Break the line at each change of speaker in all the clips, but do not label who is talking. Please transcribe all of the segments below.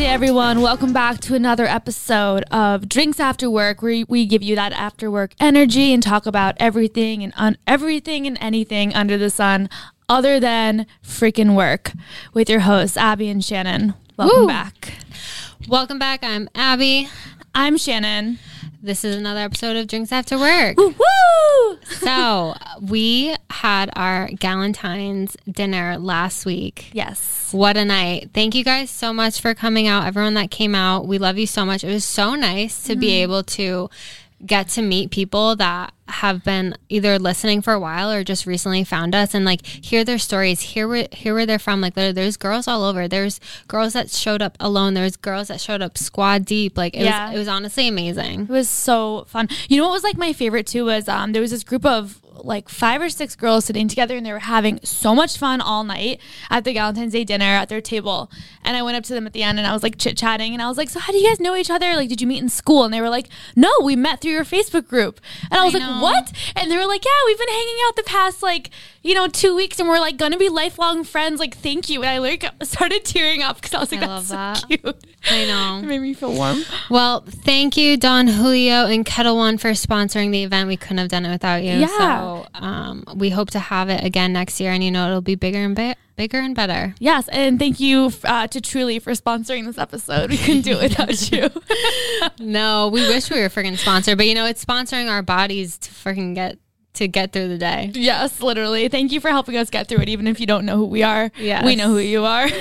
everyone. Welcome back to another episode of Drinks After Work, where we give you that after work energy and talk about everything and un- everything and anything under the sun, other than freaking work. With your hosts Abby and Shannon. Welcome
Woo.
back.
Welcome back. I'm Abby.
I'm Shannon.
This is another episode of Drinks After Work.
Woo!
so, we had our Galentine's dinner last week.
Yes.
What a night. Thank you guys so much for coming out. Everyone that came out, we love you so much. It was so nice to be able to get to meet people that have been either listening for a while or just recently found us and like hear their stories, hear where hear where they're from. Like there- there's girls all over. There's girls that showed up alone. There's girls that showed up squad deep. Like it
Yeah.
was it was honestly amazing.
It was so fun. You know what was like my favorite too was um there was this group of like five or six girls sitting together and they were having so much fun all night at the Valentine's Day dinner at their table. And I went up to them at the end and I was like chit chatting and I was like, So how do you guys know each other? Like, did you meet in school? And they were like, No, we met through your Facebook group. And I was
I
like,
know.
What? And they were like, Yeah, we've been hanging out the past like, you know, two weeks and we're like gonna be lifelong friends. Like, thank you. And I like started tearing up because I was like,
I
That's so
love that.
cute.
I know.
It made me feel warm.
Well, thank you, Don Julio and Kettle One, for sponsoring the event. We couldn't have done it without you.
Yeah.
So um, we hope to have it again next year, and you know it'll be bigger and be- bigger and better.
Yes, and thank you uh, to Truly for sponsoring this episode. We couldn't do it without you.
No, we wish we were freaking sponsored, but you know it's sponsoring our bodies to freaking get to get through the day.
yes, literally. Thank you for helping us get through it, even if you don't know who we are.
Yes.
we know who you are.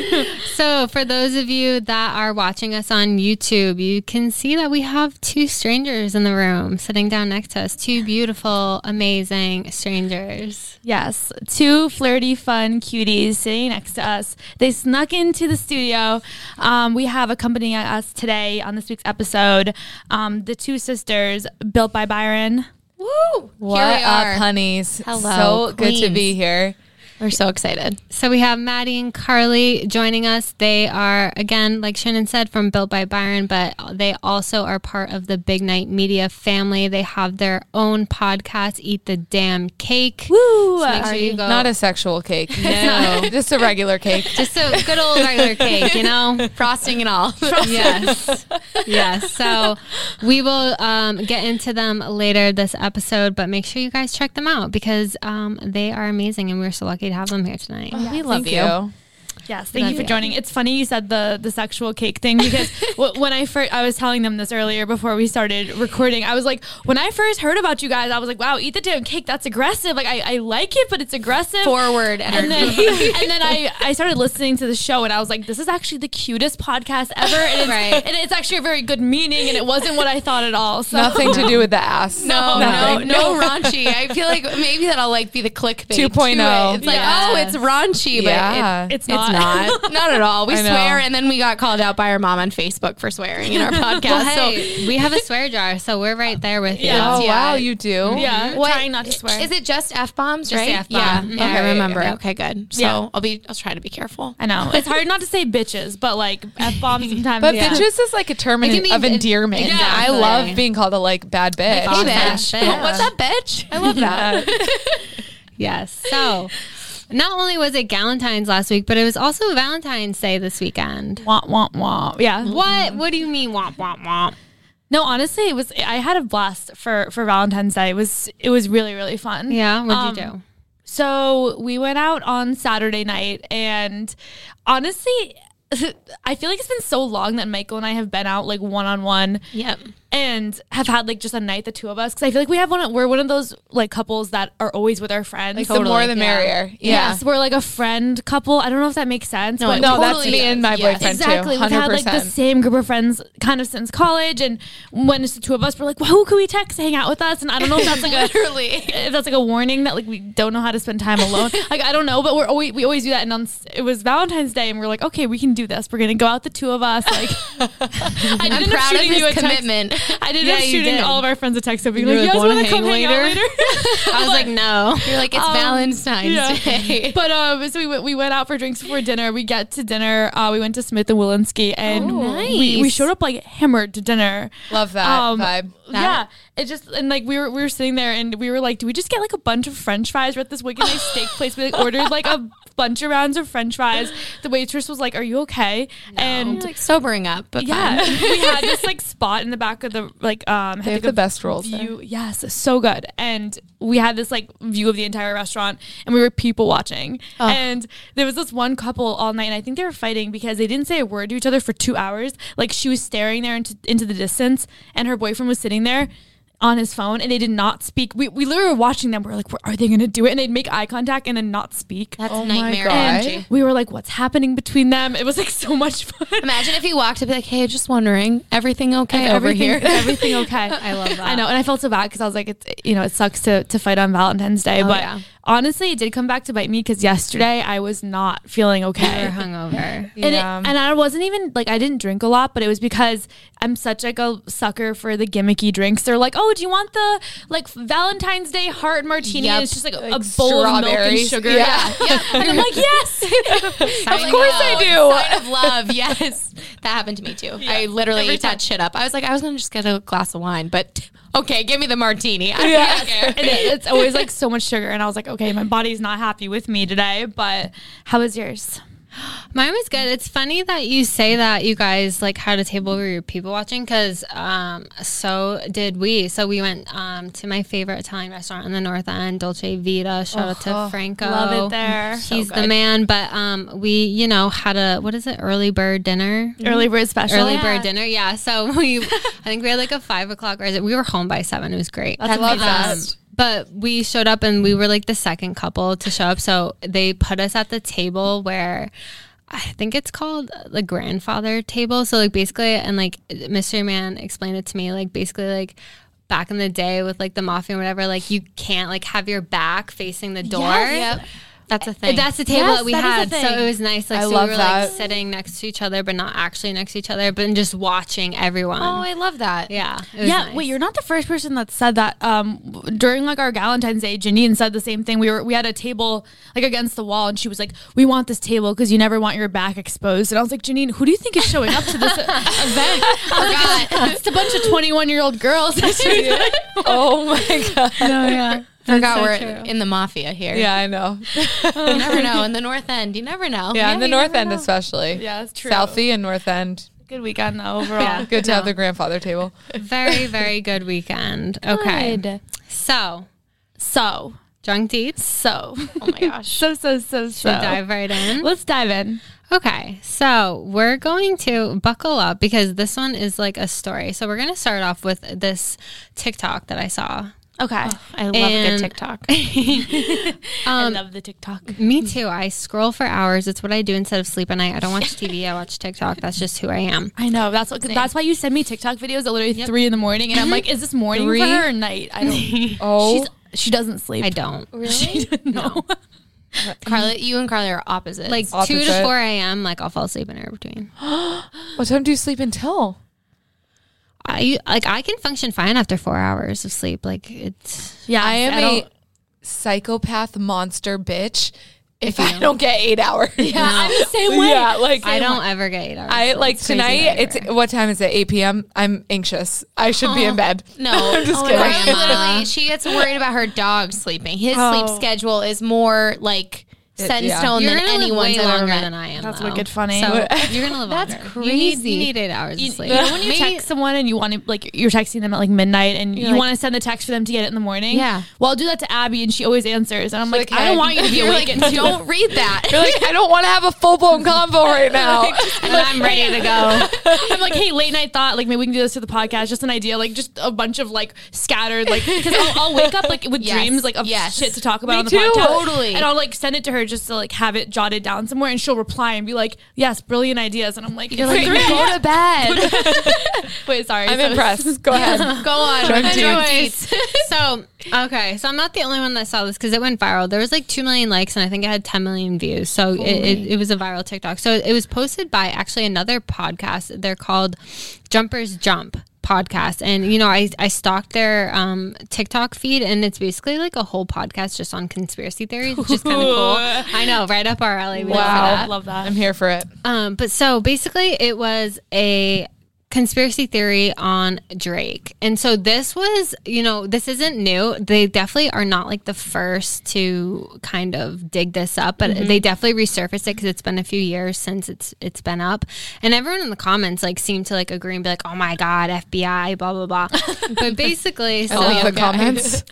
So, for those of you that are watching us on YouTube, you can see that we have two strangers in the room sitting down next to us. Two beautiful, amazing strangers.
yes, two flirty, fun cuties sitting next to us. They snuck into the studio. Um, we have accompanying us today on this week's episode um, the two sisters, built by Byron.
Woo!
What
Here we are.
up, honeys?
Hello,
so good to be
queens.
here. We're so excited.
So we have Maddie and Carly joining us. They are again, like Shannon said, from Built by Byron, but they also are part of the Big Night Media family. They have their own podcast, Eat the Damn Cake.
Woo!
So make sure you go.
Not a sexual cake. No, just a regular cake.
just a good old regular cake, you know.
Frosting and all.
yes, yes. So we will um, get into them later this episode, but make sure you guys check them out because um, they are amazing, and we're so lucky to have them here tonight.
we love you.
Yes, thank you
That's
for joining. It's funny you said the the sexual cake thing because wh- when I first I was telling them this earlier before we started recording, I was like, when I first heard about you guys, I was like, wow, eat the damn cake. That's aggressive. Like I, I like it, but it's aggressive.
Forward
and then, and then I, I started listening to the show and I was like, this is actually the cutest podcast ever. And it's,
Right.
and it's actually a very good meaning and it wasn't what I thought at all. So
Nothing to do with the ass.
No, no,
Nothing.
no, raunchy. I feel like maybe that'll like be the
2.0.
clickbait. to it. It's like,
Yes.
oh, it's raunchy, but
Yeah.
it,
it's not.
it's not. Not at all. We
I know.
swear, and then we got called out by our mom on Facebook for swearing in our podcast.
Well,
so.
hey, we have a swear jar, so we're right there with you.
Yeah.
Oh
Yeah.
wow, you do.
yeah, trying not to swear.
Is it just f bombs?
Just
Right?
the F-bomb. Mhm.
Yeah. Okay.
Okay.
I remember.
Yeah.
Okay. Good. So
Yeah.
I'll be. I'll try to be careful.
I know it's hard not to say bitches, but like f bombs sometimes.
But
yeah.
bitches is like a term
It can be
of
en-
endearment. I
Exactly.
love being called a like bad bitch.
Hey,
bitch.
Yeah.
What's up, bitch? I love that.
uh, Yes. So, not only was it Galentine's last week, but it was also Valentine's Day this weekend.
Womp womp womp. Yeah.
What? What do you mean? Womp womp womp.
No, honestly, it was. I had a blast for for Valentine's Day. It was it was really really fun.
Yeah. What'd you
Um,
do?
So we went out on Saturday night, and honestly, I feel like it's been so long that Michael and I have been out like one on one
yep.
and have had like just a night the two of us because I feel like we have one. We're one of those like couples that are always with our friends.
Like the more the
yeah.
merrier. Yeah.
Yes, we're like a friend couple. I don't know if that makes sense.
No,
but
No, that's
Totally
me and my
is. Yes.
boyfriend
Exactly.
too.
We've had like the
100%.
same group of friends kind of since college. And when it's the two of us, we're like, well, who can we text to hang out with us? And I don't know if that's like a
Literally.
if that's like a warning that like we don't know how to spend time alone. like I don't know, but we're always we always do that. And on s- it was Valentine's Day, and we're like, okay, we can do this. We're gonna go out the two of us. Like I
I'm
ended up
proud of
shooting you a
his
text.
commitment.
I did
Yeah,
up
you
shooting
did.
all of our friends a text of being
You
like,
were
you
like,
guys
"Wanna
want to come
hang
hang out
later?"
later?
I was like, no.
You're like, it's
Um,
Valentine's
yeah.
Day.
But um, so we went, we went out for drinks before dinner. We get to dinner. Uh, we went to Smith and Wolinski, and we, we
nice.
showed up like hammered to dinner.
Love Oh, that vibe.
um, Yeah, it just and like we were we were sitting there and we were like, do we just get like a bunch of French fries? We're at this wicked nice steak place. We like ordered like a bunch of rounds of French fries. The waitress was like, "Are you okay?" And
It's like sobering up, but
yeah,
fun.
we had this like spot in the back of the like um
They
had
have
like a
the best rolls. there.
view. Yes, so good. And we had this like view of the entire restaurant, and we were people watching.
Ah.
And there was this one couple all night, and I think they were fighting because they didn't say a word to each other for two hours. Like she was staring there into into the distance, and her boyfriend was sitting there on his phone, and they did not speak. We we literally were watching them. We are like, are they going to do it? And they'd make eye contact and then not speak.
That's
Oh my
nightmare.
God.
and
right.
we were like, what's happening between them? It was like so much fun.
Imagine if he walked up like, "Hey, just wondering, everything okay over
everything,
here?"
everything okay.
I love that.
I know, and I felt so bad because I was like, it's you know, it sucks to to fight on Valentine's Day, but
yeah.
honestly, it did come back to bite me because yesterday I was not feeling
You're
okay.
hungover.
And, it,
Yeah.
and I wasn't even like I didn't drink a lot, but it was because I'm such like a sucker for the gimmicky drinks. They're like, oh, do you want the like Valentine's Day heart martini?
Yep.
And it's just like, a-
Like
a bowl of milk and
strawberries.
sugar.
Yeah.
and I'm like, yes.
Sign
Of course
up.
I do.
oh, Sign of love, yes. That happened to me too. I literally ate that shit up. I was like, I was gonna just get a glass of wine, but okay, give me the martini. I don't care.
and it- it's always like so much sugar, and I was like, okay, my body's not happy with me today. But how was yours?
Mine was good. It's funny that you say that you guys like had a table where you were people watching because um, so did we. So we went um, to my favorite Italian restaurant in the North End, Dolce Vita. Shout out to Franco.
Oh, Love it there.
He's the man. But um, we, you know, had a what is it? Early bird dinner.
Early bird special.
Early bird dinner, yeah. So we, I think we had like a five o'clock, or is it, we were home by seven. It was great.
That's
love
amazing.
that.
Um, but we showed up and we were like the second couple to show up. So they put us at the table where I think it's called the grandfather table. So like basically, and like Mystery Man explained it to me, like basically like back in the day with like the mafia and whatever, like you can't like have your back facing the door.
Yes.
That's a thing. That's the table
Yes,
that we
that
had.
is a
So
thing.
it was nice. Like
I
so
love
we were
that.
like sitting next to each other, but not actually next to each other, but just watching everyone.
Oh, I love that.
yeah. it was
Yeah,
nice.
wait, you're not the first person that said that. Um, w- during like our Valentine's Day, Janine said the same thing. We were we had a table like against the wall, and she was like, "We want this table because you never want your back exposed." And I was like, "Janine, who do you think is showing up to this e-, event?" I was like, it's, it's a bunch of 21 year old girls.
Oh my god.
Oh, yeah.
Forgot
so
we're
true.
in the mafia here.
Yeah, I know.
You never know. In the North End, you never know.
Yeah, in the North
never
End
know.
especially.
Yeah, it's true.
Southie and North End.
Good weekend though, overall.
Yeah.
Good to have
No.
the grandfather table.
Very, very good weekend. Okay.
Good.
So,
So
drunk deeds.
so
Oh my gosh.
so so so so.
Should we dive right in?
Let's dive in.
Okay. So, we're going to buckle up because this one is like a story. So, we're going to start off with this TikTok that I saw.
Okay.
I love
And-
good TikTok.
I love the TikTok.
Me too. I scroll for hours. It's what I do instead of sleep at night. I don't watch TV. I watch TikTok. That's just who I am.
I know that's what, that's why you send me TikTok videos at literally three in the morning, and I'm like, is this morning
Three?
for her or night? I don't.
Oh,
She's, she doesn't sleep.
I don't.
She doesn't know.
Carly, you and Carly are
Mm-hmm.
opposite.
Like two to
Opposite.
four a.m. Like I'll fall asleep in between.
what time do you sleep until?
I like I can function fine after four hours of sleep. Like it's
Yeah,
I am
a.
a psychopath monster bitch if, I don't get eight hours. Yeah,
am the same way.
Yeah, like
I don't ever get eight hours.
I
It's
like
crazy
tonight.
that I
It's
ever-
what time is it? Eight p.m. I'm anxious. I should be in bed.
no,
I'm just
oh,
kidding.
Carly literally, she gets worried about her dog sleeping. His
Oh.
sleep schedule is more like set in
yeah.
stone
you're
than
gonna live
anyone's
way
I've ever
longer
met.
than I am.
That's
though.
what get funny.
So you're gonna live
That's
longer. You need,
crazy.
you need eight hours
You,
of sleep.
you know when you text someone and you want to like you're texting them at like midnight and you
like-
want to send the text for them to get it in the morning.
Yeah.
Well, I'll do that to Abby and she always answers and I'm like,
like,
I
"Hey."
don't want you to be
You're
awake.
like,
until-
don't read that.
You're like I don't want to have a full blown convo right now.
and I'm ready to go.
I'm like, hey, late night thought. Like maybe we can do this for the podcast. Just an idea. Like just a bunch of like scattered like because I'll, I'll wake up like with
Yes.
dreams like of
Yes.
shit to talk about
Me
on the
too.
podcast.
Totally.
And I'll like send it to her just to like have it jotted down somewhere, and she'll reply and be like, yes, brilliant ideas. And I'm like,
You're like,
"Three
go
a.m."
to bed.
wait, sorry,
I'm
So-
impressed. Go ahead.
go on.
Drunk
with the
deeds.
deeds.
so okay, so I'm not the only one that saw this because it went viral. There was like two million likes, and I think it had 10 million views. So it, it, it was a viral TikTok. So it was posted by actually another podcast. They're called Jumpers Jump podcast and you know I, I stalked their um tiktok feed and it's basically like a whole podcast just on conspiracy theories which is kind of cool I know right up our alley We love
Wow.
that.
Love that.
I'm here for it.
Um, but so basically, it was a conspiracy theory on Drake. And so this was, you know, this isn't new. They definitely are not like the first to kind of dig this up, but
Mm-hmm.
they definitely resurfaced it cuz it's been a few years since it's it's been up. And everyone in the comments like seemed to like agree and be like, "Oh my god, FBI, blah blah blah." but basically, so
I love the comments.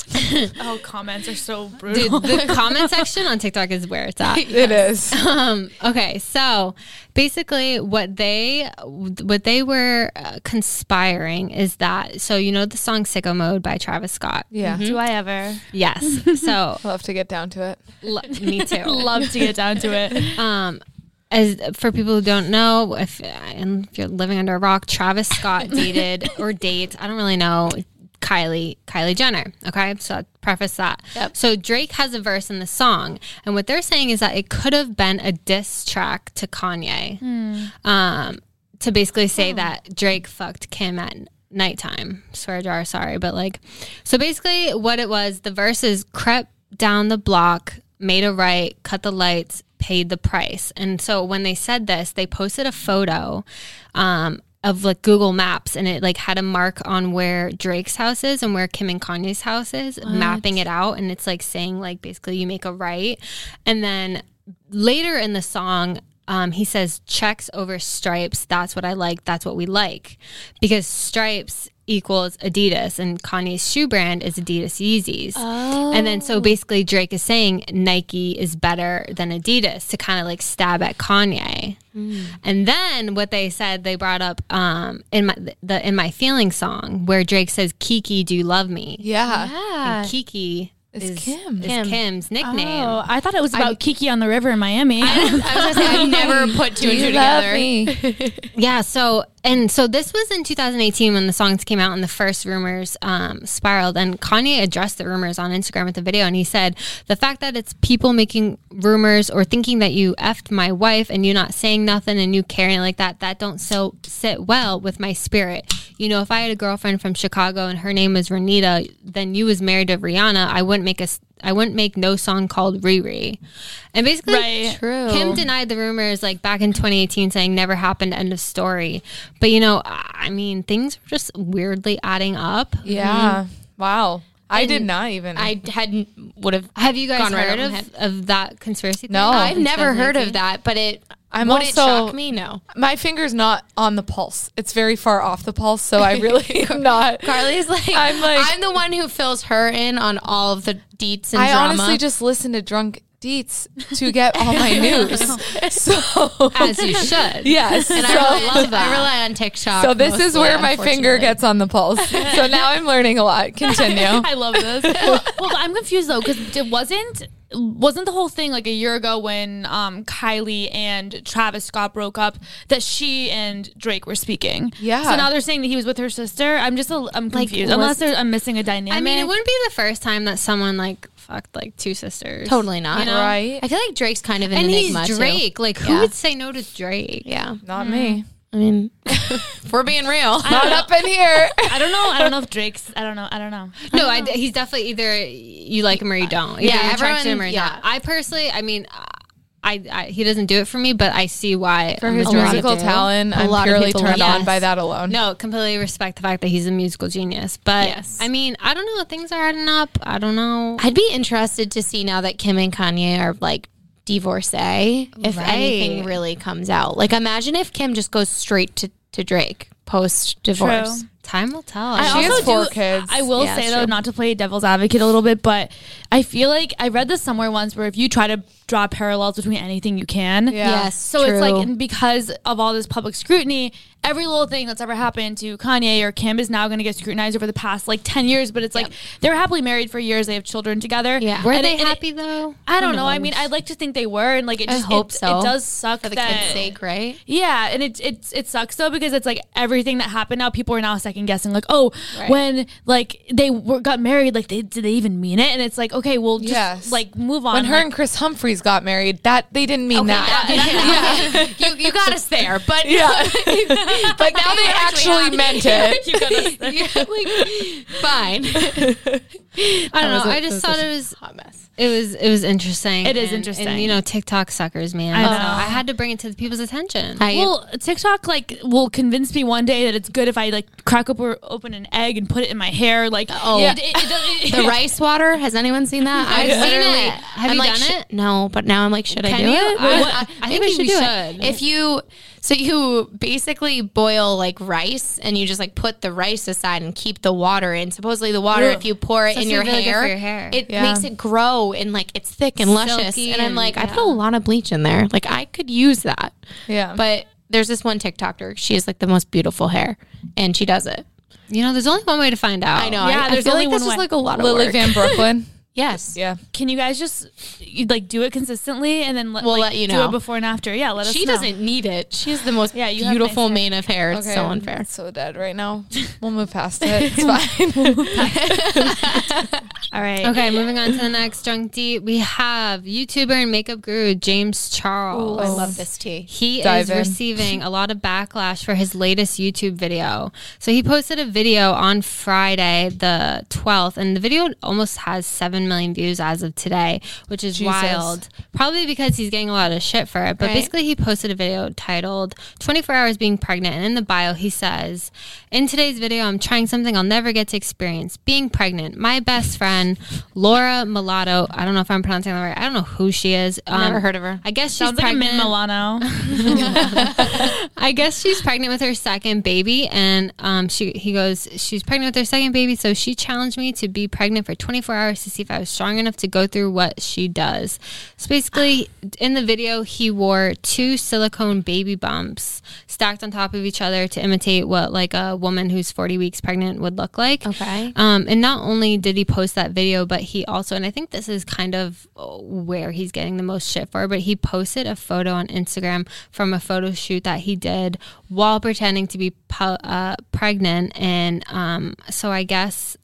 Oh, comments are so brutal.
Dude, the comment section on TikTok is where it's at.
It is.
Um, okay, so basically, what they what they were uh, conspiring is that so you know the song "Sicko Mode" by Travis Scott.
Yeah.
Do I ever
Yes. So
Love to get down to it.
l- me too.
love to get down to it?
Um, as for people who don't know, if and if you're living under a rock, Travis Scott dated or dates. I don't really know. Kylie, Kylie Jenner. Okay, so I'll preface that. So Drake has a verse in the song, and what they're saying is that it could have been a diss track to Kanye. um, to basically say that Drake fucked Kim at nighttime. Swear jar, sorry, but like, so basically, what it was, the verse is crept down the block, made a right, cut the lights, paid the price. And so when they said this, they posted a photo. Um, of like Google Maps, and it like had a mark on where Drake's house is and where Kim and Kanye's house is, mapping it out, and it's like saying like basically you make a right, and then later in the song um, he says checks over stripes that's what i like that's what we like because stripes equals adidas and kanye's shoe brand is adidas yeezys and then so
Oh.
basically drake is saying nike is better than adidas to kind of like stab at kanye
Hmm.
and then what they said they brought up um, in my the in my feelings song where drake says kiki do you love me
Yeah.
and kiki
It's
is,
Kim.
is
Kim.
kim's nickname
Oh, I thought it was about Kiki on the river in Miami.
I was gonna say I never put two and two
You
together.
love me.
Yeah. So, and so this was in 2018 when the songs came out and the first rumors um, spiraled. And Kanye addressed the rumors on Instagram with the video. And he said, The fact that it's people making rumors or thinking that you effed my wife and you not saying nothing and you carrying it like that, that don't so sit well with my spirit. You know, if I had a girlfriend from Chicago and her name was Renita, then you was married to Rihanna, I wouldn't make a. s- I wouldn't make no song called Riri. And basically,
Right.
True.
Kim denied the rumors like back in 2018, saying never happened, end of story. But you know, I I mean, things were just weirdly adding up.
Yeah. Wow. I did not even.
I hadn't would have.
Have you guys
Gone right
heard
over my
of, of that conspiracy?
No.
theory?
I've never heard of
2018?
that, but it.
I'm
would it
also-
shock me? No.
my finger's not on the pulse. It's very far off the pulse, so I really am not.
Carly's like
I'm
I'm
like-
the one who fills her in on all of the deets and
I
drama.
honestly just listen to drunk deets to get all my news. So
As you should.
yes,
and
so-
I, rely, I rely on TikTok.
So this is
mostly,
where my finger
unfortunately.
gets on the pulse. So now I'm learning a lot. Continue.
I love this. well, well, I'm confused though because it wasn't wasn't the whole thing like a year ago when um, Kylie and Travis Scott broke up that she and Drake were speaking.
Yeah.
So now they're saying that he was with her sister. I'm just a, I'm confused.
was-
Unless there- I'm missing a dynamic.
I mean, it wouldn't be the first time that someone like fucked like two sisters.
Totally not.
You know?
Right.
I feel like Drake's kind of an
And he's
enigma too.
Drake. Like, who
Yeah.
would say no to Drake?
Yeah.
Not me.
I mean, if we're being real.
Not up in here.
I don't know. I don't know if Drake's. I don't know. I don't know.
No, I, he's definitely either you like him or you don't. Either
Yeah,
you're attracted to him or
everyone- yeah.
not. I personally, I mean, I, I he doesn't do it for me, but I see why
For his
a lot of
musical
people-
talent,
a
I'm
lot of
purely
people
turned
love
on
him.
by that alone.
No, completely respect the fact that he's a musical genius, but
Yes.
I mean, I don't know. Things are adding up. I don't know.
I'd be interested to see now that Kim and Kanye are like divorcee if
Right.
anything really comes out. Like imagine if Kim just goes straight to, to Drake post divorce.
True.
Time will tell.
I
She
also
has four
do,
kids.
I will
Yeah,
say
it's
though,
true.
not to play devil's advocate a little bit, but I feel like I read this somewhere once where if you try to draw parallels between anything, you can.
Yeah.
Yes.
So it's like
true.
and because of all this public scrutiny, every little thing that's ever happened to Kanye or Kim is now going to get scrutinized over the past like ten years. But it's like they were happily married for years; they have children together.
Yeah.
were
And
they
it- and it-
happy though?
I don't know. I mean, I'd like to think they were, and like it
I
just
hope
it,
so.
it does suck
For the
that,
kids' sake, right?
yeah, and it it it sucks though because it's like everything that happened now people are now second guessing like oh
Right.
when like they were got married like they did they even mean it and it's like okay well just
Yes.
like move on
When her
like,
and Chris Humphreys got married, that they didn't mean that.
you, you got us there, but
Yeah. but now they actually meant it.
You're like, fine.
I don't
was
know.
a-
I
that was
just thought it was
Hot mess.
it was it was interesting.
It is
and-
interesting.
And you know, TikTok suckers, man.
I
I,
know.
I had to bring it to the people's attention.
I,
Well, TikTok like will convince me one day that it's good if I like crack up or open an egg and put it in my hair. Like, oh,
Yeah.
it, it, it,
the rice water. Has anyone seen that?
I've
I
seen
literally-
it. Have
I'm
you
like,
done
"Sh-
it?"
No, but now I'm like, should I
Can
do
you?
it?
I- I- I think we should.
If you, so you basically boil like rice and you just like put the rice aside and keep the water in. Supposedly the water,
Ugh.
if you pour it
Supposed
in
to
your,
be really good
hair,
for your hair.
it
Yeah.
makes it grow and like it's thick and luscious.
Silky
And I'm
and-
like, I
yeah.
put a lot of bleach in there. Like I could use that.
Yeah.
But there's this one TikToker. She has like the most beautiful hair and she does it.
you know, there's only one way to find out.
I know.
Yeah,
I,
there's
I feel
only
like this
one
is
way.
like a lot of
Lily
work.
Van Brooklyn.
Yes.
yeah.
can you guys just you, like do it consistently and then let,
We'll
like,
let you
do
know.
it before and after? Yeah, let us.
She
know.
doesn't need it. She has the most
Yeah, you have
beautiful
nice hair.
mane of hair. It's so unfair.
So dead right now. We'll move past it. It's fine.
All right.
Okay, moving on to the next drunk deep. We have YouTuber and makeup guru James Charles.
I love this tea.
He
Dive
is
in.
receiving a lot of backlash for his latest YouTube video. So he posted a video on Friday, the 12th, and the video almost has 7 million views as of today, which is
Jesus.
wild. Probably because he's getting a lot of shit for it. But
Right.
basically, he posted a video titled 24 Hours Being Pregnant. And in the bio, he says, In today's video, I'm trying something I'll never get to experience being pregnant. My best friend, Laura Mulatto, I don't know if I'm pronouncing that right. I don't know who she is. Um,
Never heard of her.
I guess she's
Sounds like a
pregnant.
Min Milano.
I guess she's pregnant with her second baby, and um, she he goes, she's pregnant with her second baby, so she challenged me to be pregnant for 24 hours to see if I was strong enough to go through what she does. So basically, in the video, he wore two silicone baby bumps stacked on top of each other to imitate what like a woman who's 40 weeks pregnant would look like.
Okay.
Um, and not only did he post that video, but he also, and I think this is kind of uh, where he's getting the most shit for, but he posted a photo on Instagram from a photo shoot that he did while pretending to be pu- uh, pregnant. And um, so I guess,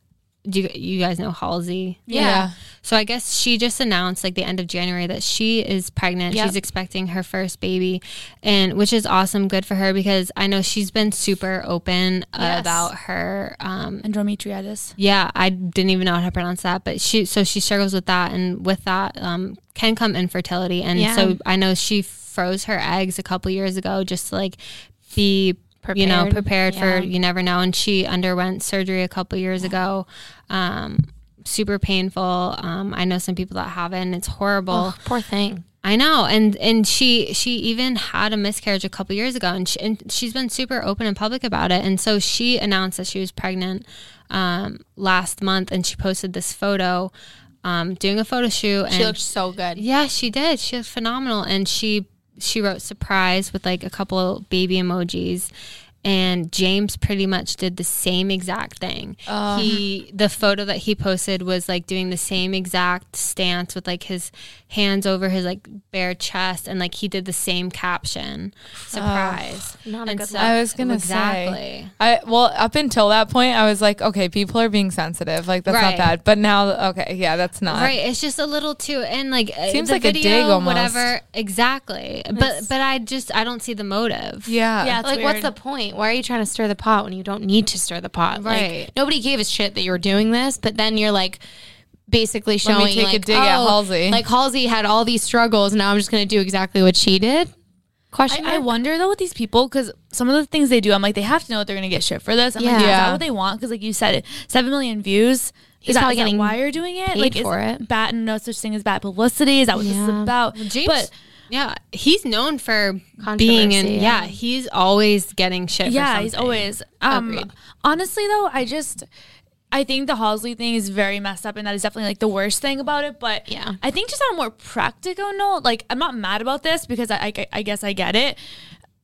do you, you guys know Halsey?
Yeah.
So I guess she just announced like the end of January that she is pregnant.
Yep.
She's expecting her first baby, and which is awesome, good for her because I know she's been super open
Yes.
about her um,
Endometritis.
yeah, I didn't even know how to pronounce that, but she so she struggles with that, and with that um, can come infertility, and
Yeah.
so I know she froze her eggs a couple years ago just to like be you know
Prepared.
prepared
Yeah.
for you never know, and she underwent surgery a couple years ago, um, super painful. Um, I know some people that have it, and it's horrible.
poor thing.
I know, and and she she even had a miscarriage a couple years ago, and, she, and she's been super open and public about it. And so she announced that she was pregnant um, last month, and she posted this photo, um, doing a photo shoot. And
She looked so good.
yeah, she did. She was phenomenal, and she she wrote surprise with like a couple baby emojis. And James pretty much did the same exact thing.
Oh.
he the photo that he posted was like doing the same exact stance with like his hands over his like bare chest, and like he did the same caption. Surprise!
not a
And
good
so-
look.
I was gonna say.
exactly.
I well, up until that point, I was like, okay, people are being sensitive. Like that's
Right.
not bad. But now, okay, yeah, that's not.
Right, it's just a little too, and like uh,
Seems
the
like a
video,
dig almost.
whatever. Exactly, but but I just I don't see the motive.
Yeah.
Yeah.
like,
That's
what's
weird.
the point? Why are you trying to stir the pot when you don't need to stir the pot? Like,
Right.
nobody gave a shit that you were doing this, but then you're like basically
Let
showing
me take
like,
a dig at
oh,
Halsey.
Like Halsey had all these struggles. Now I'm just going to do exactly what she did. Question.
I, I wonder though with these people because some of the things they do, I'm like, they have to know what they're gonna get shit for this. I'm like,
Yeah.
is
Yeah.
that what they want? Because like you said, it seven million views. is
He's
that,
probably
is that
getting
why you're doing it. like, is
for it.
bad and no such thing as bad publicity. Is that what this
Yeah.
is about?
James,
but
yeah, he's known for being
Controversy,
in.
yeah.
Yeah. he's always getting shit. for
yeah,
something.
he's always. Um,
Agreed.
honestly though, I just. I think the Halsey thing is very messed up, and that is definitely like the worst thing about it. But
Yeah.
I think just on a more practical note, like I'm not mad about this because I, I, I guess I get it.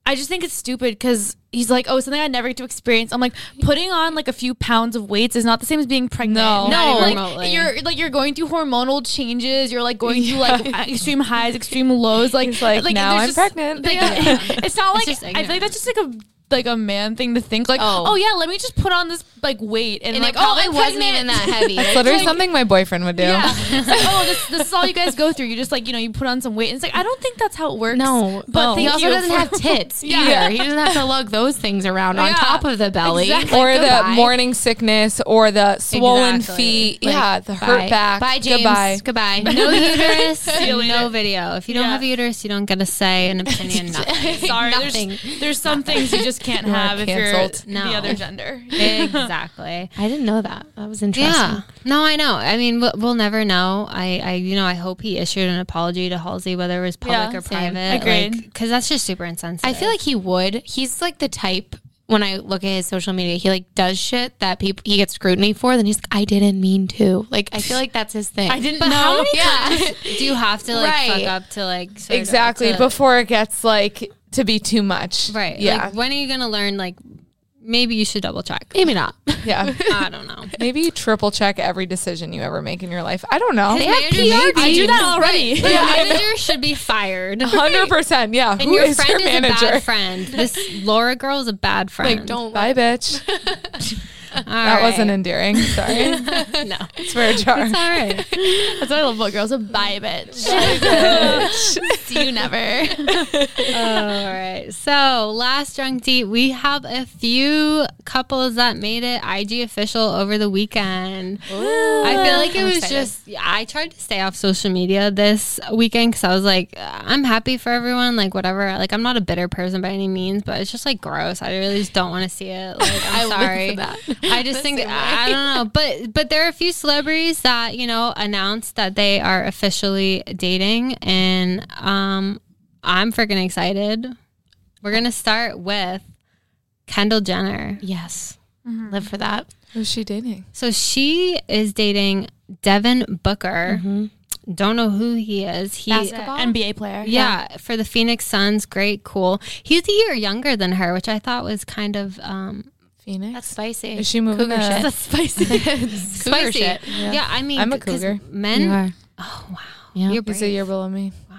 I just think it's stupid because he's like, oh, something I never get to experience. I'm like, putting on like a few pounds of weights is not the same as being pregnant.
No, not
no,
even
like
remotely.
you're like you're going through hormonal changes. You're like going through like extreme highs, extreme lows. Like,
He's like, now
there's
I'm pregnant.
like, it's not like
just
I feel like that's just like a like a man thing to think like, oh,
Oh.
yeah, let me just put on this like weight and,
And
like
it probably
oh, I'm
wasn't
pregnant.
even that heavy.
It's literally
Like-
something my boyfriend would do.
Yeah. It's like, oh, this, this is all you guys go through. You just like, you know, you put on some weight. And it's like, I don't think that's how it works. But
he
thank
also
you
doesn't
for-
have tits
Yeah.
either. He doesn't have to lug those things around on
Yeah.
top of the belly.
Exactly.
Like,
Or the
goodbye.
morning sickness or the swollen
Exactly.
feet.
Like,
yeah, the
bye.
hurt back.
Bye, James.
Goodbye.
Goodbye.
No uterus,
you
no video. If you don't
Yeah.
have a uterus, you don't get a say, an opinion, nothing.
Sorry,
Nothing.
there's there's some things you just can't
You are
have if you're
canceled.
No.
the other gender.
exactly.
I didn't know that. That was interesting.
Yeah. No, I know. I mean, we'll, we'll never know. I, I, you know, I hope he issued an apology to Halsey, whether it was public
Yeah,
or
same.
private.
Agreed.
Because that's just super
I
insensitive.
feel like he would. He's like the type. When I look at his social media, he like does shit that people he gets scrutiny for. Then he's like, I didn't mean to. Like I feel like that's his thing.
I didn't
But
know.
how many times-
Do you have to like
Right.
fuck up to like sort of-
Exactly.
to-
Before it gets like to be too much.
right?
Yeah.
Like, when are you gonna learn? Like, maybe you should double check.
Maybe not.
yeah.
I don't know.
Maybe you triple check every decision you ever make in your life. I don't know.
His manager- maybe-
I do that already.
Your manager should be fired.
Hundred percent. Yeah.
And
Who
your
is
friend
your
is a
manager?
bad friend. This Laura girl is a bad friend.
Like don't.
Bye, bitch.
All
That
right.
wasn't endearing. Sorry.
no.
Swear jar.
All right.
That's what I love about girls. A bye, bitch. See you never.
All right. So last drunk date, we have a few couples that made it IG official over the weekend. I feel like it was just yeah, I tried to stay off social media this weekend because I was like, I'm happy for everyone, like whatever. Like I'm not a bitter person by any means, but it's just like gross. I really just don't want to see it. Like I'm sorry. I just think I don't know, but but there are a few celebrities that you know announced that they are officially dating, and um, I'm freaking excited. We're gonna start with Kendall Jenner.
Yes.
Mm-hmm.
Live for that.
Who's she dating?
So she is dating Devin Booker. Don't know who he is. He
Basketball?
NBA player.
yeah, for the Phoenix Suns. Great, cool. He's a year younger than her, which I thought was kind of um,
Phoenix.
That's spicy.
Is she moving
Cougar
to-
shit.
That's spicy.
Cougar
spicy.
shit.
Yeah. I mean,
I'm a
'cause
cougar.
Men.
You are.
Oh wow.
Yeah.
You're
He's
brave.
a year below me. Wow.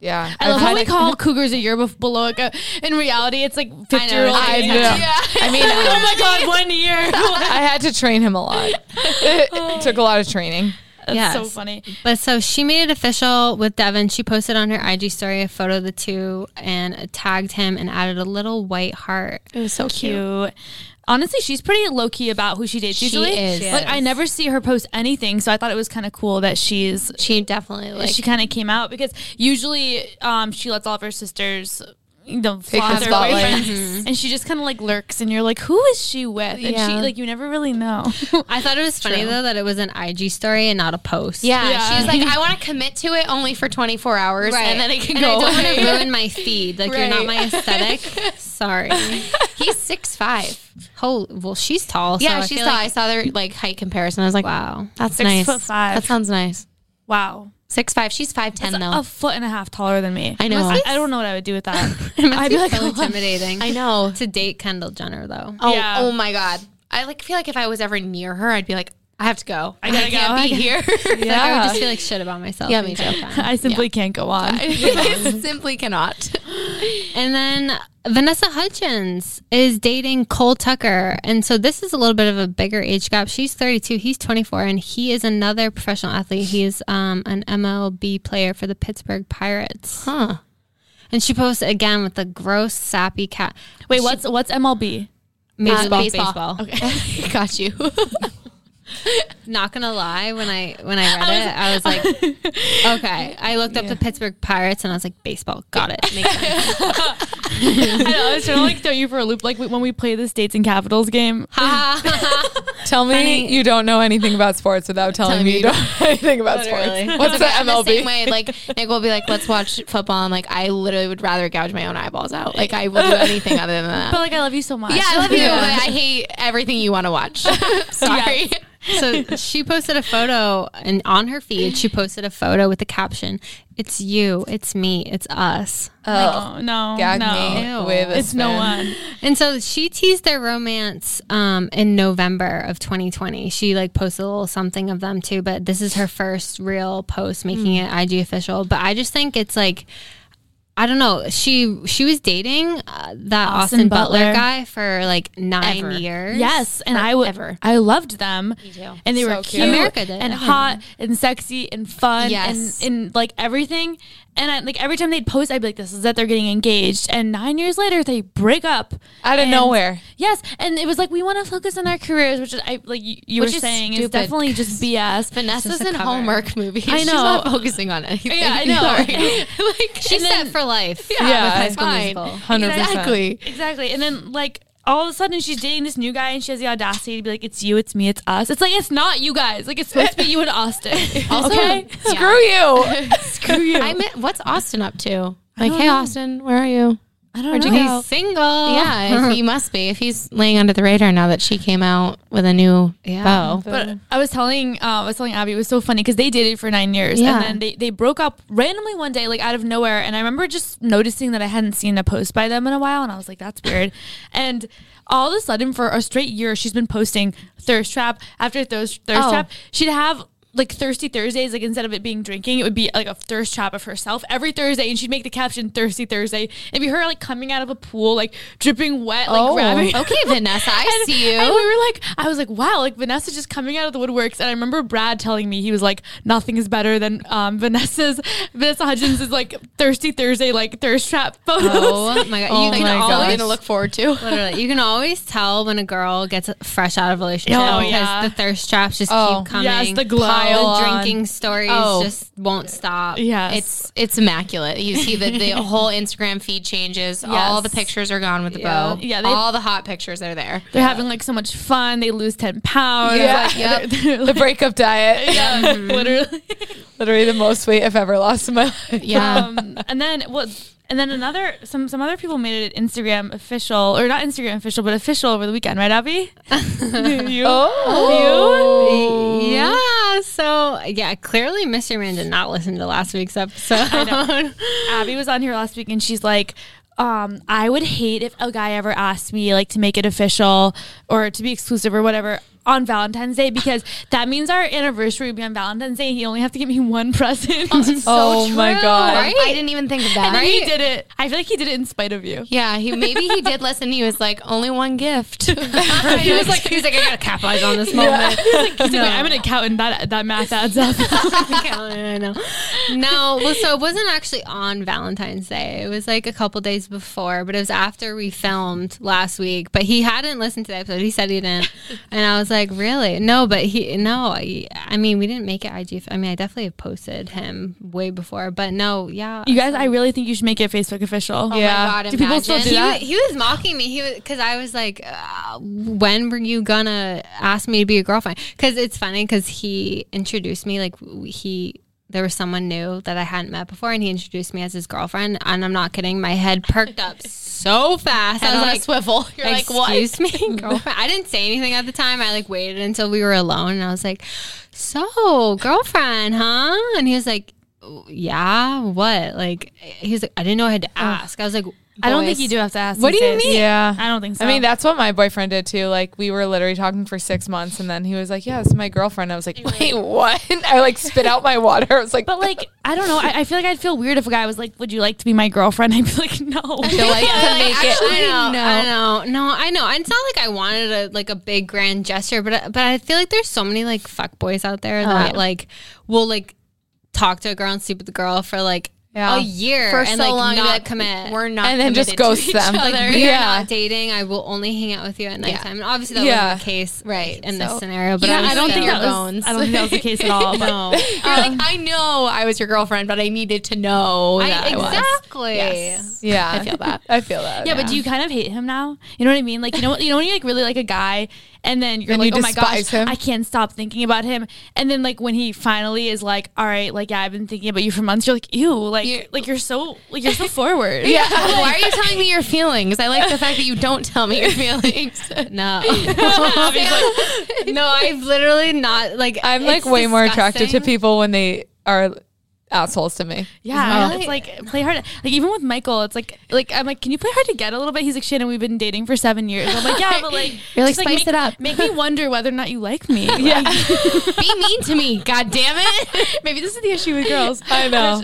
Yeah.
I love how we call cougars a year bef- below. Like, a- in reality, it's like fifty year old.
I know. I mean,
Oh my god, one year.
I had to train him a lot. It took a lot of training.
That's
Yes.
so funny.
But so she made it official with Devin. She posted on her IG story a photo of the two and tagged him and added a little white heart.
It was so cute.
cute. Honestly, she's pretty low key about who she dates.
She
usually,
is. She
like I
is.
never see her post anything, so I thought it was kind of cool that she's
She definitely like.
she kind of came out because usually um, she lets all of her sisters. You know, flaunt
the
their
spotlight.
boyfriends, and she just kind of like lurks, and you're like, "Who is she with?" And she
Mm-hmm. Yeah.
like, you never really know.
I thought it was funny though that it was an IG story and not a post.
yeah,
Yeah.
she's like, I want to commit to it only for 24 hours,
Right.
and then it can
And
go.
I don't want
away.
to ruin my feed. Like you're not
Right.
my aesthetic. Sorry.
He's six five.
Oh well, she's tall. So
Yeah,
I
she
feel
saw.
like-
I saw their like height comparison. I was like,
wow.
that's
Six
nice.
foot five.
That sounds nice.
wow,
Six five. She's five ten
It's
though.
a foot and a half taller than me.
I know.
I, I don't know what I would do with that.
It must
I'd
be
be like,
so
"Oh."
intimidating.
I know.
to date Kendall Jenner though.
Oh,
Yeah.
oh my god. I like feel like if I was ever near her, I'd be like, I have to go.
I gotta
can't
go.
be here.
Like, I would
Yeah.
just feel like shit about myself.
Yeah, me
anytime.
too.
I simply can't go on.
I simply cannot.
And then Vanessa Hudgens is dating Cole Tucker. And so this is a little bit of a bigger age gap. She's 32, he's 24, and he is another professional athlete. He is um, an MLB player for the Pittsburgh Pirates.
Huh.
And she posts again with the gross, sappy cat.
Wait, what's what's MLB?
Major
Uh,
League
baseball.
Oh,
Okay.
Got you.
Not gonna lie, when I when I read it, I was like, okay. I looked up the Pittsburgh Pirates and I was like, baseball, got it. Makes sense.
I know. I was trying to like throw you for a loop. Like when we play the States and Capitals game,
Tell me
Funny.
you don't know anything about sports without telling me you don't know anything about
Literally.
sports. What's the
I'm the same
MLB?
way. Like Nick will be like, let's watch football. I'm like, I literally would rather gouge my own eyeballs out. Like I will do anything other than that.
but like I love you so much.
yeah, I love you, but I hate everything you want to watch. Sorry.
So she posted a photo, and on her feed, she posted a photo with the caption, "It's you, it's me, it's us."
Oh no,
Gag
no,
me
Ew.
with a
it's no
spin.
one.
And so she teased their romance um, in November of 2020. She like posted a little something of them too, but this is her first real post making it IG official. But I just think it's like I don't know. She she was dating uh, that
Austin
Austin, Butler.
Butler.
guy for like nine
Ever.
years.
Yes, and I would.
Forever.
I loved them.
Me too.
And they
So
were
cute.
cute,
America did,
and
everyone.
hot and sexy and fun
Yes.
and and like everything. And I, like every time they'd post, I'd be like, "This is that they're getting engaged." And nine years later, they break up
Out of
And-
nowhere.
Yes, and it was like we want to focus on our careers, which is I like you, you were
Which is
saying is
stupid,
definitely just BS.
Vanessa's
a
in
cover.
Hallmark movies.
I
She's
know.
not focusing on anything.
Yeah, I know.
like
she's
And then-
set for life.
yeah,
Yeah,
with High School
fine.
Musical.
Hundred percent.
Exactly.
Exactly. And then like all of a sudden she's dating this new guy and she has the audacity to be like, It's you, it's me, it's us. It's like it's not you guys. Like it's supposed to be you and Austin.
Also,
okay.
yeah.
Screw you.
Screw you.
I meant, what's Austin up to? Like,
don't
hey,
know.
Austin, where are you?
I don't know.
He's single.
Yeah, if he must be. If he's laying under the radar now that she came out with a new
Yeah.
bow.
But I was telling, uh, I was telling Abby, it was so funny because they dated for nine years,
Yeah.
and then they, they broke up randomly one day, like out of nowhere. And I remember just noticing that I hadn't seen a post by them in a while, and I was like, "That's weird." and all of a sudden, for a straight year, she's been posting thirst trap after thirst thirst
Oh.
trap. She'd have like thirsty Thursdays, like instead of it being drinking, it would be like a thirst trap of herself every Thursday, and she'd make the caption "Thirsty Thursday." It'd be her like coming out of a pool, like dripping wet, like
Oh,
grabbing.
okay, Vanessa, I
And-
see you.
And we were like, I was like, wow, like Vanessa just coming out of the woodworks. And I remember Brad telling me he was like, nothing is better than um, Vanessa's Vanessa Hudgens is like Thirsty Thursday, like thirst trap photos.
Oh my god. You
Like,
can
all
always
I'm gonna look forward to.
Literally, you can always tell when a girl gets fresh out of a relationship
Oh,
because
yeah.
the thirst traps just
Oh,
keep coming.
yes, the glow on.
the drinking stories
Oh.
just won't stop.
Yes.
It's it's immaculate. You see that the whole Instagram feed changes. All the pictures are gone with the
Yeah.
bow.
Yeah, they-
all the hot pictures are there.
they're having like so much fun. They lose 10 pounds.
Yeah.
Like, they're- they're,
the
like,
breakup diet.
yeah, literally.
Literally the most weight I've ever lost in my life.
Yeah.
Um, and then what? And then another some some other people made it Instagram official or not Instagram official but official over the weekend, right, Abby? you?
Oh.
Yeah. So yeah, clearly Mr. Man did not listen to last week's episode.
Abby was on here last week and she's like, um, I would hate if a guy ever asked me like to make it official or to be exclusive or whatever on Valentine's Day because that means our anniversary would be on Valentine's Day and he only have to give me one present.
Oh my god.
Right? I didn't even think of that.
He did it. I feel like he did it in spite of you.
Yeah, he maybe he did listen. He was like, only one gift.
he was like, he was like, I gotta capitalize on this moment.
He's like, I'm an accountant. That that math adds up.
I know. No, well, so it wasn't actually on Valentine's Day. It was like a couple days before, but it was after we filmed last week. But he hadn't listened to the episode. He said he didn't, and I was like, really? No, but he no. I, I mean, we didn't make it IG. I mean, I definitely posted him way before, but no, yeah.
you guys, I really think you should make it Facebook official.
Oh
Yeah.
my god,
Do people still
imagine.
do
he,
that?
wa- he was mocking me. He was because I was like, uh, "When were you gonna ask me to be your girlfriend?" Because it's funny because he introduced me like w- he there was someone new that I hadn't met before, and he introduced me as his girlfriend. And I'm not kidding, my head perked up so fast.
Head
I
on
was
a
like,
swivel. You're like, what?
Excuse me, girlfriend. I didn't say anything at the time. I like waited until we were alone, and I was like, "So, girlfriend, huh?" And he was like, "Yeah, what?" Like he was like, "I didn't know I had to ask." I was like,
I don't think
"Boys,
you do have to ask.
What
these
do you
days.
mean? Yeah.
I don't think so.
I mean, that's what my boyfriend did too. Like, we were literally talking for six months, and then he was like, "Yeah, this is my girlfriend." I was like, "Wait, what?" I like spit out my water. I was like,
But like, I don't know. I, I feel like I'd feel weird if a guy was like, "Would you like to be my girlfriend?" I'd be like, "No."
"You like to
Like,
make it."
actually, I know,
no.
I know, no, I know. And it's not like I wanted a like a big grand gesture, but but I feel like there's so many like fuck boys out there that like will like talk to a girl and sleep with the girl for like
Yeah.
a year
For
and
so
like
long
not
that
commit.
We're not
And then just
committed to
ghost
each
them.
other.
we
Yeah.
are not dating. I will only hang out with you at nighttime. And obviously that
Yeah.
wasn't the case
Right.
in
So-
this scenario. But
Yeah,
I'm
I don't think
still-
that was- bones.
I don't think that was the case at all. but-
no.
You're like, I know I was your girlfriend, but I needed to know
I-
that I was.
exactly.
Yeah,
I feel that.
I feel that.
Yeah, but do you kind of hate him now? You know what I mean? Like you know, you know when you like really like a guy, and then you're
Then
like,
you
oh my gosh,
despise him.
I can't stop thinking about him. And then like when he finally is like, all right, like yeah, I've been thinking about you for months. You're like, ew, like
You-
like you're so like you're so forward.
Yeah. Why are you telling me your feelings? I like the fact that you don't tell me your feelings.
No. no, I've literally not like
I'm like
it's
way more attracted to
disgusting.
people when they are assholes to me.
Yeah,
Really?
it's like play hard. Like even with Michael, it's like like I'm like, can you play hard to get a little bit? He's like, Shannon, we've been dating for seven years. I'm like, yeah, but like,
You're like,
just,
"Spice
make,
it up."
Make me wonder whether or not you like me. yeah,
Be mean to me, god damn it.
maybe this is the issue with girls.
I know.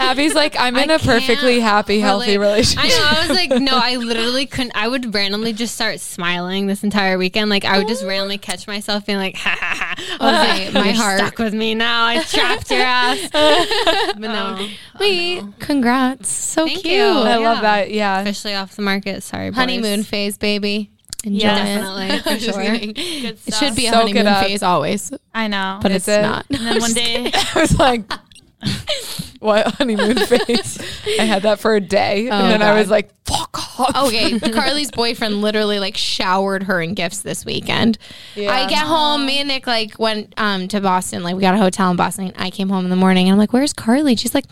Abby's like, I'm in
a
a perfectly happy, healthy relationship.
I know. I was like, no, I literally couldn't. I would randomly just start smiling this entire weekend. Like, I would just randomly catch myself being like, ha ha ha. I was like,
My
my
heart.
heart stuck with me now. I trapped your ass. Oh. but no,
Wait, congrats. So
Thank
cute.
you.
I love
Yeah.
that. Yeah.
officially off the market. Sorry, boys.
Honeymoon phase, baby. Enjoy
Yeah,
definitely, for
it. Just
sure.
kidding. It should be a
Soak it
honeymoon
up.
phase always,
I know,
but
but
it's
it?
not.
and then one day,
I was like, what honeymoon face? I had that for a day. and then I was like, fuck off.
Oh, Okay, Carly's boyfriend literally like showered her in gifts this weekend. I get home, me and Nick like went um to Boston. Like we got a hotel in Boston. I came home in the morning and I'm like, "Where's Carly?" She's like,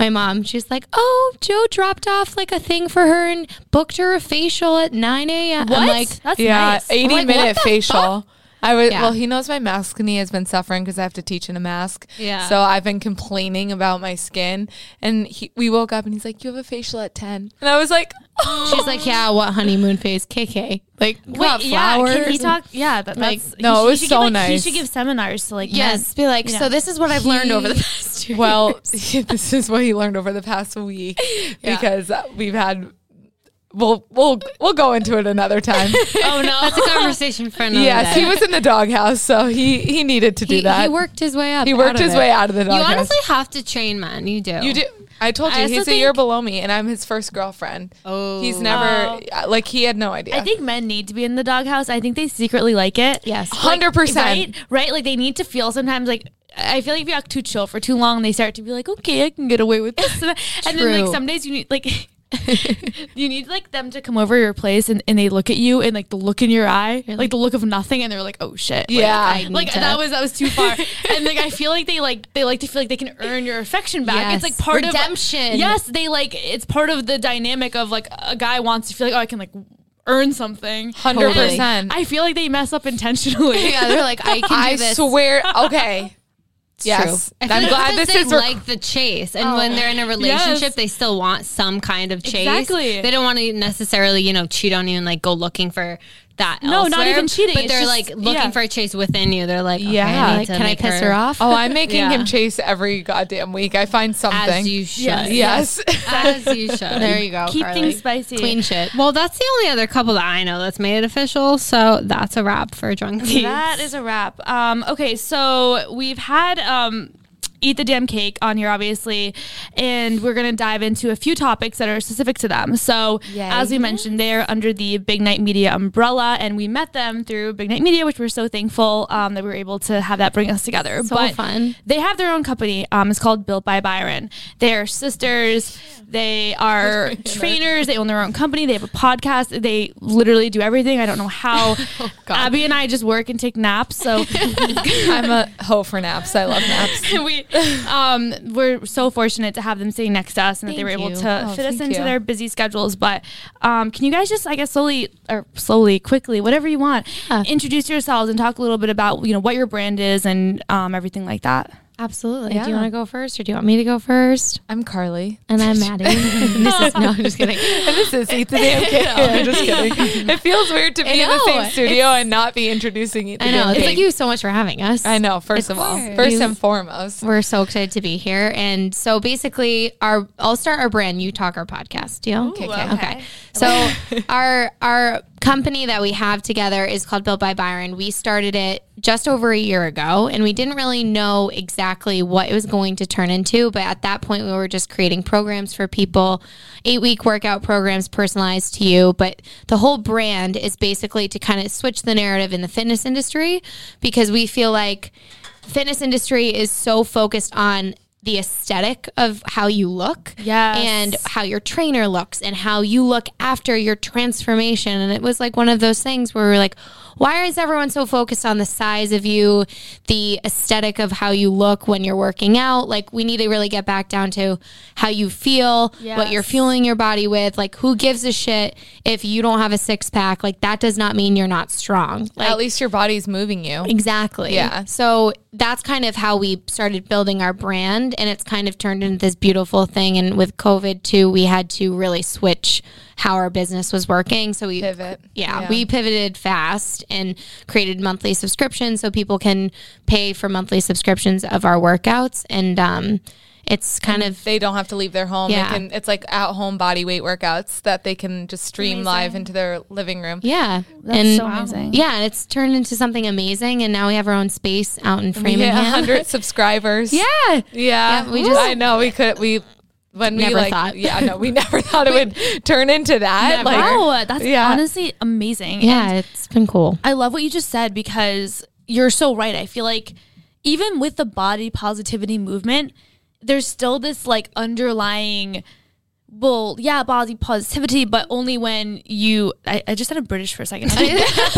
"My mom." She's like, "Oh, Joe dropped off like a thing for her and booked her a facial at 9 a.m." I'm like,
that's
yeah,
nice.
80
I'm like, what
minute
the
facial. I was
Yeah.
well. He knows my mask knee has been suffering because I have to teach in a mask.
Yeah.
So I've been complaining about my skin, and he, we woke up and he's like, "You have a facial at 10. and I was like, "Oh,
"She's like, yeah, what honeymoon phase? KK like what
yeah,
flowers?"
can he talk? Yeah, that,
Like,
that's
no,
he-
it
he
was
should
so
give, like, He
nice.
should give seminars to like
yes,
men.
be like,
Yeah.
"So this is what I've learned over the past year."
Well, this is what he learned over the past week because uh, we've had. We'll we'll we'll go into it another time.
Oh no, that's a conversation for another
yes,
day.
he was in the doghouse, so he he needed to do
he,
that.
he worked his way up.
He worked
out of
his
it.
way out of the
you
doghouse.
honestly have to train men. You do.
You do. I told you
I
he's
also
a year
think-
below me, and I'm his first girlfriend.
Oh.
he's never uh, like he had no idea.
I think men need to be in the doghouse. I think they secretly like it.
Yes.
Like,
100%.
Right? Right? Like they need to feel sometimes like I feel like if you act too chill for too long, they start to be like, okay, I can get away with this. And, and then
True.
like some days you need like you need like them to come over your place and, and they look at you and like the look in your eye, like, the look of nothing, and they're like, oh shit. Like,
yeah,
I-
like
Need to-
that was that was too far, and like I feel like they like they like to feel like they can earn your affection back.
Yes.
It's like part of
Redemption.
Yes, they like it's part of the dynamic of like a guy wants to feel like oh I can like earn something.
hundred
Totally.
percent.
I feel like they mess up intentionally.
Yeah, they're like, I can do
I
this.
swear. Okay. yes,
I feel
I'm
like
glad
because
this is.
they
rec-
like the chase, and when they're
Oh.
in a relationship,
Yes.
they still want some kind of chase.
Exactly.
They don't want to necessarily, you know, cheat on you and like go looking for that.
No, not
elsewhere,
even cheating.
But
It's
they're
just-
like looking
yeah.
for a chase within you. They're like, okay,
Yeah.
I need
Like,
to
can I
make
piss her, off?
oh, I'm making
Yeah.
him chase every goddamn week. I find
As
something.
you should.
Yes.
yes.
As you should.
there you go.
Keep
Carly.
things spicy.
Queen shit.
Well, that's the only other couple that I know that's made it official. So that's a wrap for drunk Tea.
That is a wrap. Um, okay, so we've had um, Eat the Damn Cake on here, obviously, and we're going to dive into a few topics that are specific to them. So, as we mentioned, they're under the Big Night Media umbrella, and we met them through Big Night Media, which we're so thankful um, that we were able to have that bring us together. So
fun.
They have their own company. Um, it's called Built by Byron. They are sisters. They are trainers. They own their own company. They have a podcast. They literally do everything. I don't know how.
Oh,
Abby and I just work and take naps. So
I'm a hoe for naps. I love naps.
we um, we're so fortunate to have them sitting next to us and that they were
Thank
able
you.
to
Oh,
fit us
thank
into
you.
their busy schedules. But um, can you guys just, I guess, slowly or slowly, quickly, whatever you want,
Yeah.
introduce yourselves and talk a little bit about you know what your brand is and um, everything like that.
Absolutely. Do
Yeah.
you want to go first or do you want me to go first?
I'm Carly.
And I'm Maddie. this is, no, I'm just kidding.
And this is Eat the Damn Cake. I'm just kidding. It feels weird to be in the
know.
same studio and not be introducing Eat the
I know.
Damn
Thank
Cake.
you so much for having us.
I know, first of all.
hard.
First
You-
and foremost.
We're so excited to be here. And so basically our I'll start our brand, you talk our podcast deal. okay, Oh, okay.
okay.
So our our company that we have together is called Built by Byron. We started it just over a year ago and we didn't really know exactly what it was going to turn into, but at that point we were just creating programs for people, 8-week workout programs personalized to you, but the whole brand is basically to kind of switch the narrative in the fitness industry because we feel like fitness industry is so focused on the aesthetic of how you look
Yes.
and how your trainer looks and how you look after your transformation and it was like one of those things where we are like why is everyone so focused on the size of you, the aesthetic of how you look when you're working out? Like, we need to really get back down to how you feel, what you're
Yes.
fueling your body with. Like, who gives a shit if you don't have a six pack? Like, that does not mean you're not strong. Like,
At least your body's moving you.
Exactly.
Yeah.
So that's kind of how we started building our brand and it's kind of turned into this beautiful thing and with COVID too we had to really switch how our business was working so we
Pivot.
Yeah,
Yeah.
we pivoted fast and created monthly subscriptions so people can pay for monthly subscriptions of our workouts and um it's kind of
They don't have to leave their home.
Yeah.
They can, it's like at home body weight workouts that they can just stream live into their living room.
yeah,
That's
and
so amazing.
yeah, and it's turned into something amazing, and now we have our own space out in
Yeah,
Framingham.
100 subscribers.
yeah,
Yeah,
Yeah, we just-
I know we could we when we
Never
like
thought.
yeah no we never thought it would turn into that like
wow, that's
Yeah.
honestly amazing.
yeah, it's been cool.
I love what you just said because you're so right. I feel like even with the body positivity movement, there's still this like underlying well, yeah, body positivity, but only when you. I, I just said a British for a second.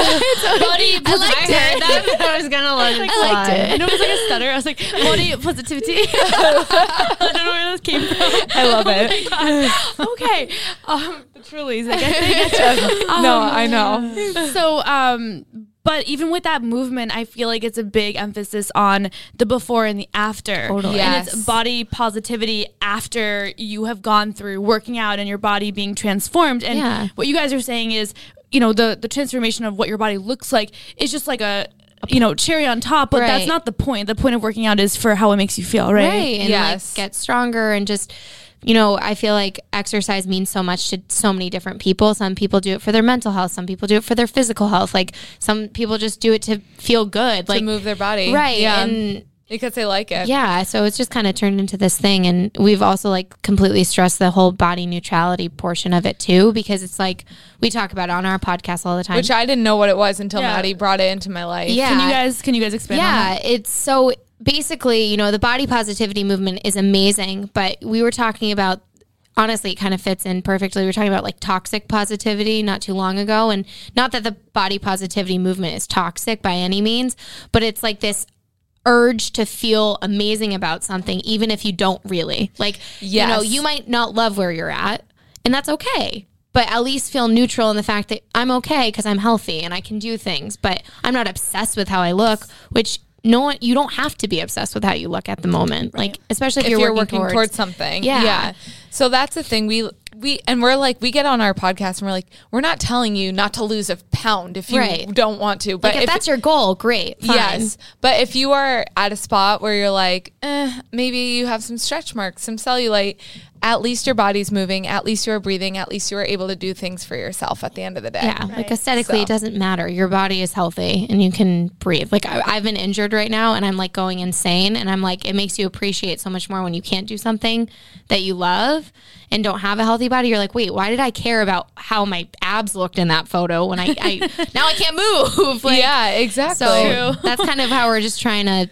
body
I heard that, but I was gonna let it slide.
I know it was like a stutter. I was like, body positivity. I don't know where this came from. Oh
I love it.
Okay. Um, the Trulies, I guess.
no, I
Um,
know.
so um but even with that movement i feel like it's a big emphasis on the before and the after totally. and
Yes.
it's body positivity after you have gone through working out and your body being transformed and
Yeah.
what you guys are saying is you know the the transformation of what your body looks like is just like a you know cherry on top but
Right.
that's not the point the point of working out is for how it makes you feel right,
right and
Yes.
like get stronger and just you know i feel like exercise means so much to so many different people some people do it for their mental health some people do it for their physical health like some people just do it to feel good like
to move their body
right
yeah
and
because they like it
yeah so it's just kind of turned into this thing and we've also like completely stressed the whole body neutrality portion of it too because it's like we talk about it on our podcast all the time
which I didn't know what it was until
Yeah.
Maddie brought it into my life
yeah
can you guys can you guys expand on that?
Yeah, it's so basically, you know, the body positivity movement is amazing, but we were talking about honestly it kind of fits in perfectly. We were talking about like toxic positivity not too long ago and not that the body positivity movement is toxic by any means, but it's like this urge to feel amazing about something even if you don't really. Like, you know,
Yes.
you might not love where you're at, and that's okay. But at least feel neutral in the fact that I'm okay because I'm healthy and I can do things, but I'm not obsessed with how I look, which no one, you don't have to be obsessed with how you look at the moment. Like, especially if,
if
you're,
you're
working, towards,
something.
Yeah.
So that's the thing. We we and we're like we get on our podcast and we're like we're not telling you not to lose a pound if you
Right.
don't want to, but
Like, if, that's your goal, great. Fine.
Yes, but if you are at a spot where you're like, eh, maybe you have some stretch marks, some cellulite, at least your body's moving, at least you are breathing, at least you are able to do things for yourself at the end of the day.
Yeah, like aesthetically, it doesn't matter. Your body is healthy and you can breathe. Like I, I've been injured right now, and I'm like going insane, and I'm like, it makes you appreciate so much more when you can't do something that you love and don't have a healthy body. You're like, wait, why did I care about how my abs looked in that photo when I, I now I can't move? Like,
yeah, exactly.
so that's kind of how we're just trying to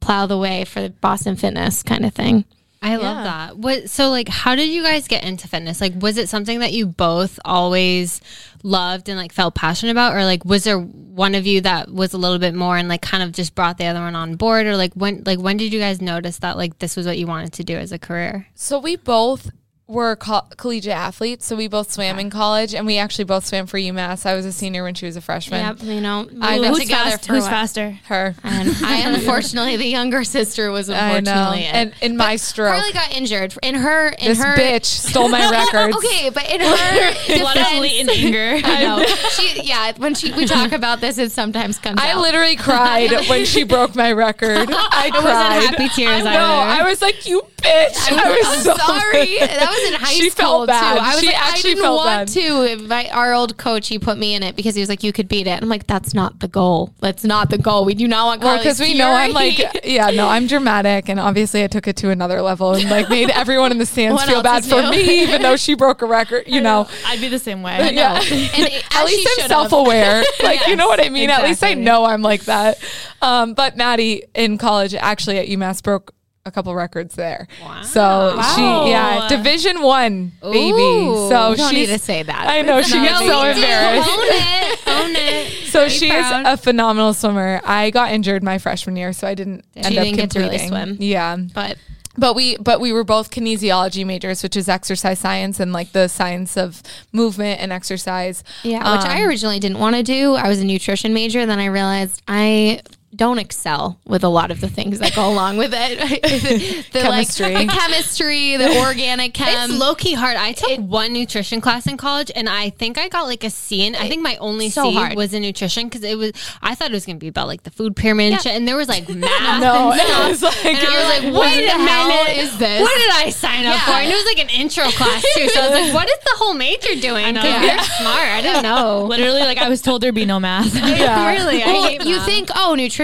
plow the way for the Boston Fitness kind of thing.
I love that. What so like how did you guys get into fitness? Like was it something that you both always loved and like felt passionate about or like was there one of you that was a little bit more and like kind of just brought the other one on board or like when like when did you guys notice that like this was what you wanted to do as a career?
So we both were co- collegiate athletes. So we both swam in college, and we actually both swam for UMass. I was a senior when she was a freshman.
Yep, you know, we've
I've
been
been
who's,
together
fast,
for a
who's
while.
faster
Her,
And I unfortunately, the younger sister was
I
unfortunately
know,
it.
and in my stroke,
Carly got injured. In her, in
this
her,
bitch stole my records.
Okay, but in her
Bloodily
defense,
in anger
I know she. Yeah, when she we talk about this, it sometimes comes.
I
out.
literally cried when she broke my record. I
It
cried.
wasn't happy tears
No,
either.
I was like, you bitch. I was
I'm
so
sorry.
mad.
That was in high
She
school
felt bad.
too. I was
She
like, I
actually
didn't
felt
want
bad.
to. My our old coach, he put me in it because he was like, "You could beat it." I'm like, "That's not the goal. That's not the goal. We do not want."
Well,
Carly's
because we know I'm
fury."
like, yeah, no, I'm dramatic, and obviously I took it to another level and like made everyone in the stands
What
feel
else
bad
is
for
new?
me, even though she broke a record. You know,
i'd be the same way
yeah.
And it-
At
as she
least I'm
should've.
self-aware. Like you know what I mean. At least I
exactly.
know I'm like that. Um, but Maddie in college, actually at UMass, broke a couple records there. So she, yeah,
Wow.
Division One baby.
Ooh,
so
you don't
she's
need to say that.
I know she
No,
gets
we
so
do.
embarrassed.
Own it. Own own it.
So
Very
she
proud.
is a phenomenal swimmer. I got injured my freshman year, so I didn't end
you
up
didn't get to really
completing.
swim.
Yeah,
But
but we but we were both kinesiology majors, which is exercise science and like the science of movement and exercise. Um,
yeah, which I originally didn't want to do. I was a nutrition major, then I realized I don't excel with a lot of the things that go along with it. the
Chemistry.
like chemistry, the organic chem.
It's low key hard. I took one nutrition class in college, and I think I got like a C. And I think my only
so
C
hard.
was in nutrition because it was. I thought it was gonna be about like the food pyramid, and, shit, and there was like math.
No,
and
it
stuff.
was like-
and I was like, what
Wait
the
a
hell
minute.
is this? What did I sign up for? And it was like an intro class too. So I was like, what is the whole major doing? I
know.
You're smart. I don't know.
Literally, like I was told there'd be no math.
Really, I
Well,
hate
you
math.
think, oh, nutrition